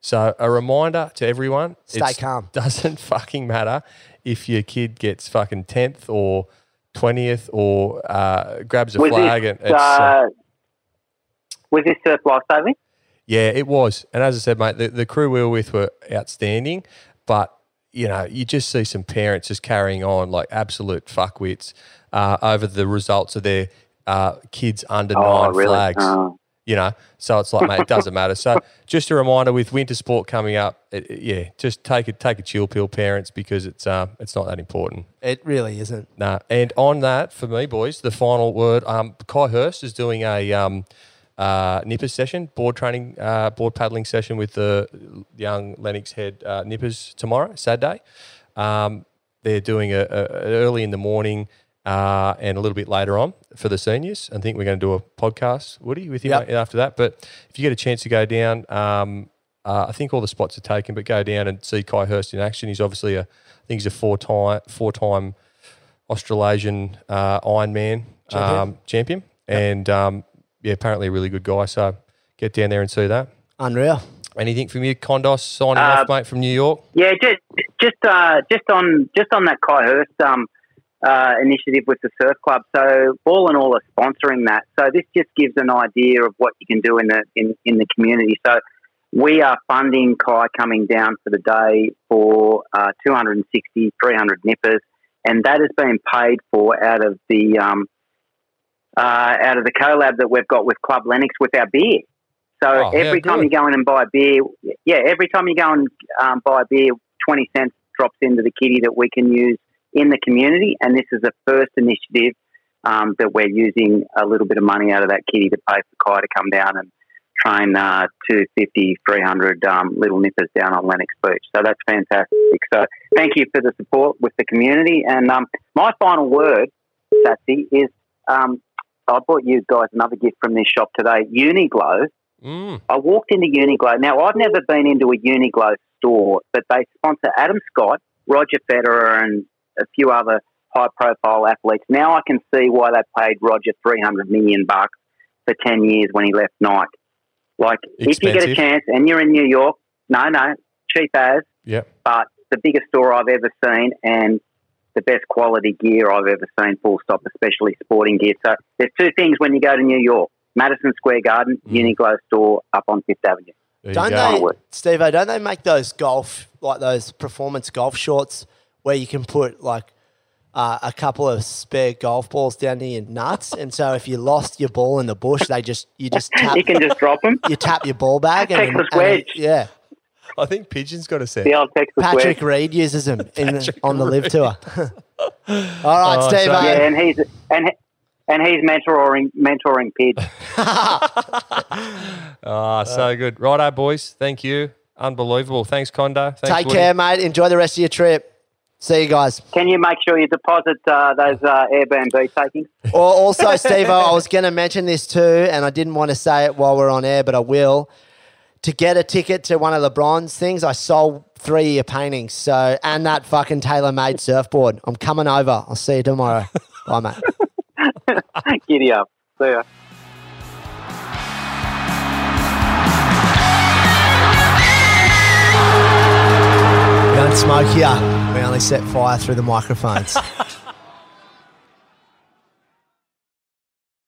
Speaker 5: So a reminder to everyone:
Speaker 6: Stay
Speaker 5: it's-
Speaker 6: calm.
Speaker 5: Doesn't fucking matter if your kid gets fucking tenth or. 20th or uh, grabs a
Speaker 7: Was
Speaker 5: flag
Speaker 7: this,
Speaker 5: and it's uh,
Speaker 7: uh, was this surf lifesaving?
Speaker 5: Yeah, it was. And as I said, mate, the, the crew we were with were outstanding, but you know, you just see some parents just carrying on like absolute fuckwits uh, over the results of their uh, kids under nine flags.
Speaker 7: Oh.
Speaker 5: You know, so it's like, mate, it doesn't matter. So just a reminder with winter sport coming up, it, it- yeah, just take a take a chill pill, parents, because it's uh, it's not that important.
Speaker 6: It really isn't.
Speaker 5: No, and on that for me, boys, the final word. Um, Kai Hurst is doing a um, uh, nippers session, board training, uh, board paddling session with the young Lennox Head uh, nippers tomorrow, Saturday. Um, they're doing a, a a early in the morning uh, and a little bit later on for the seniors. I think we're going to do a podcast, Woody, with you
Speaker 6: Yep.
Speaker 5: mate, after that. But if you get a chance to go down, um, uh, I think all the spots are taken. But go down and see Kai Hurst in action. He's obviously a, I think he's a four time, four time. Australasian uh, Ironman champion, um, champion. and um, yeah, apparently a really good guy. So get down there and see that.
Speaker 6: Unreal.
Speaker 5: Anything from you, Condos? Signing off, mate, from New York.
Speaker 7: Yeah, just just uh, just on just on that Kai Hurst um, uh, initiative with the surf club. So all in all, are sponsoring that. So this just gives an idea of what you can do in the in, in the community. So we are funding Kai coming down for the day for uh, 260, 300 nippers, and that has been paid for out of the um, uh, out of the collab that we've got with Club Lennox with our beer. So
Speaker 5: Oh, how
Speaker 7: every time
Speaker 5: good.
Speaker 7: you go in and buy a beer, yeah, every time you go and um, buy a beer, 20 cents drops into the kitty that we can use in the community. And this is the first initiative um, that we're using a little bit of money out of that kitty to pay for Kai to come down and train uh, 250, 300 um, little nippers down on Lennox Beach. So that's fantastic. So thank you for the support with the community. And um, my final word, Satsy, is um, I bought you guys another gift from this shop today, Uniglow.
Speaker 5: Mm.
Speaker 7: I walked into Uniglow. Now, I've never been into a Uniglow store, but they sponsor Adam Scott, Roger Federer, and a few other high-profile athletes. Now I can see why they paid Roger three hundred million bucks for ten years when he left Nike. Like, if you
Speaker 5: Expensive.
Speaker 7: get a chance and you're in New York, no, no, cheap as,
Speaker 5: Yeah.
Speaker 7: but the biggest store I've ever seen and the best quality gear I've ever seen, full stop, especially sporting gear. So there's two things when you go to New York Madison Square Garden, Uniqlo store up on Fifth Avenue.
Speaker 5: There you
Speaker 6: Don't
Speaker 5: go.
Speaker 6: they, Steve? Don't they make those golf like those performance golf shorts where you can put like uh, a couple of spare golf balls down to your nuts, and so if you lost your ball in the bush, they just you just tap
Speaker 7: You can just drop them.
Speaker 6: you tap your ball bag and,
Speaker 7: Texas
Speaker 6: and-
Speaker 7: wedge.
Speaker 6: yeah.
Speaker 5: I think Pigeon's got a
Speaker 6: Uh,
Speaker 5: set.
Speaker 7: The old Texas
Speaker 6: Patrick
Speaker 7: wedge.
Speaker 6: Reed uses them in, on the live tour. All right,
Speaker 5: Oh,
Speaker 6: Steve.
Speaker 5: so-
Speaker 7: Yeah, and he's and he- and he's mentoring mentoring kids.
Speaker 5: Ah, so good. Righto, boys. Thank you. Unbelievable. Thanks, Condo. Thanks,
Speaker 6: Take
Speaker 5: Woody.
Speaker 6: care, mate. Enjoy the rest of your trip. See you guys.
Speaker 7: Can you make sure you deposit uh, those uh, Airbnb takings?
Speaker 6: Or also, Steve, I was going to mention this too, and I didn't want to say it while we're on air, but I will. To get a ticket to one of LeBron's things, I sold three of your paintings. So, and that fucking tailor made surfboard. I'm coming over. I'll see you tomorrow. Bye, mate.
Speaker 7: Giddy up. See ya.
Speaker 6: We don't smoke here. We only set fire through the microphones.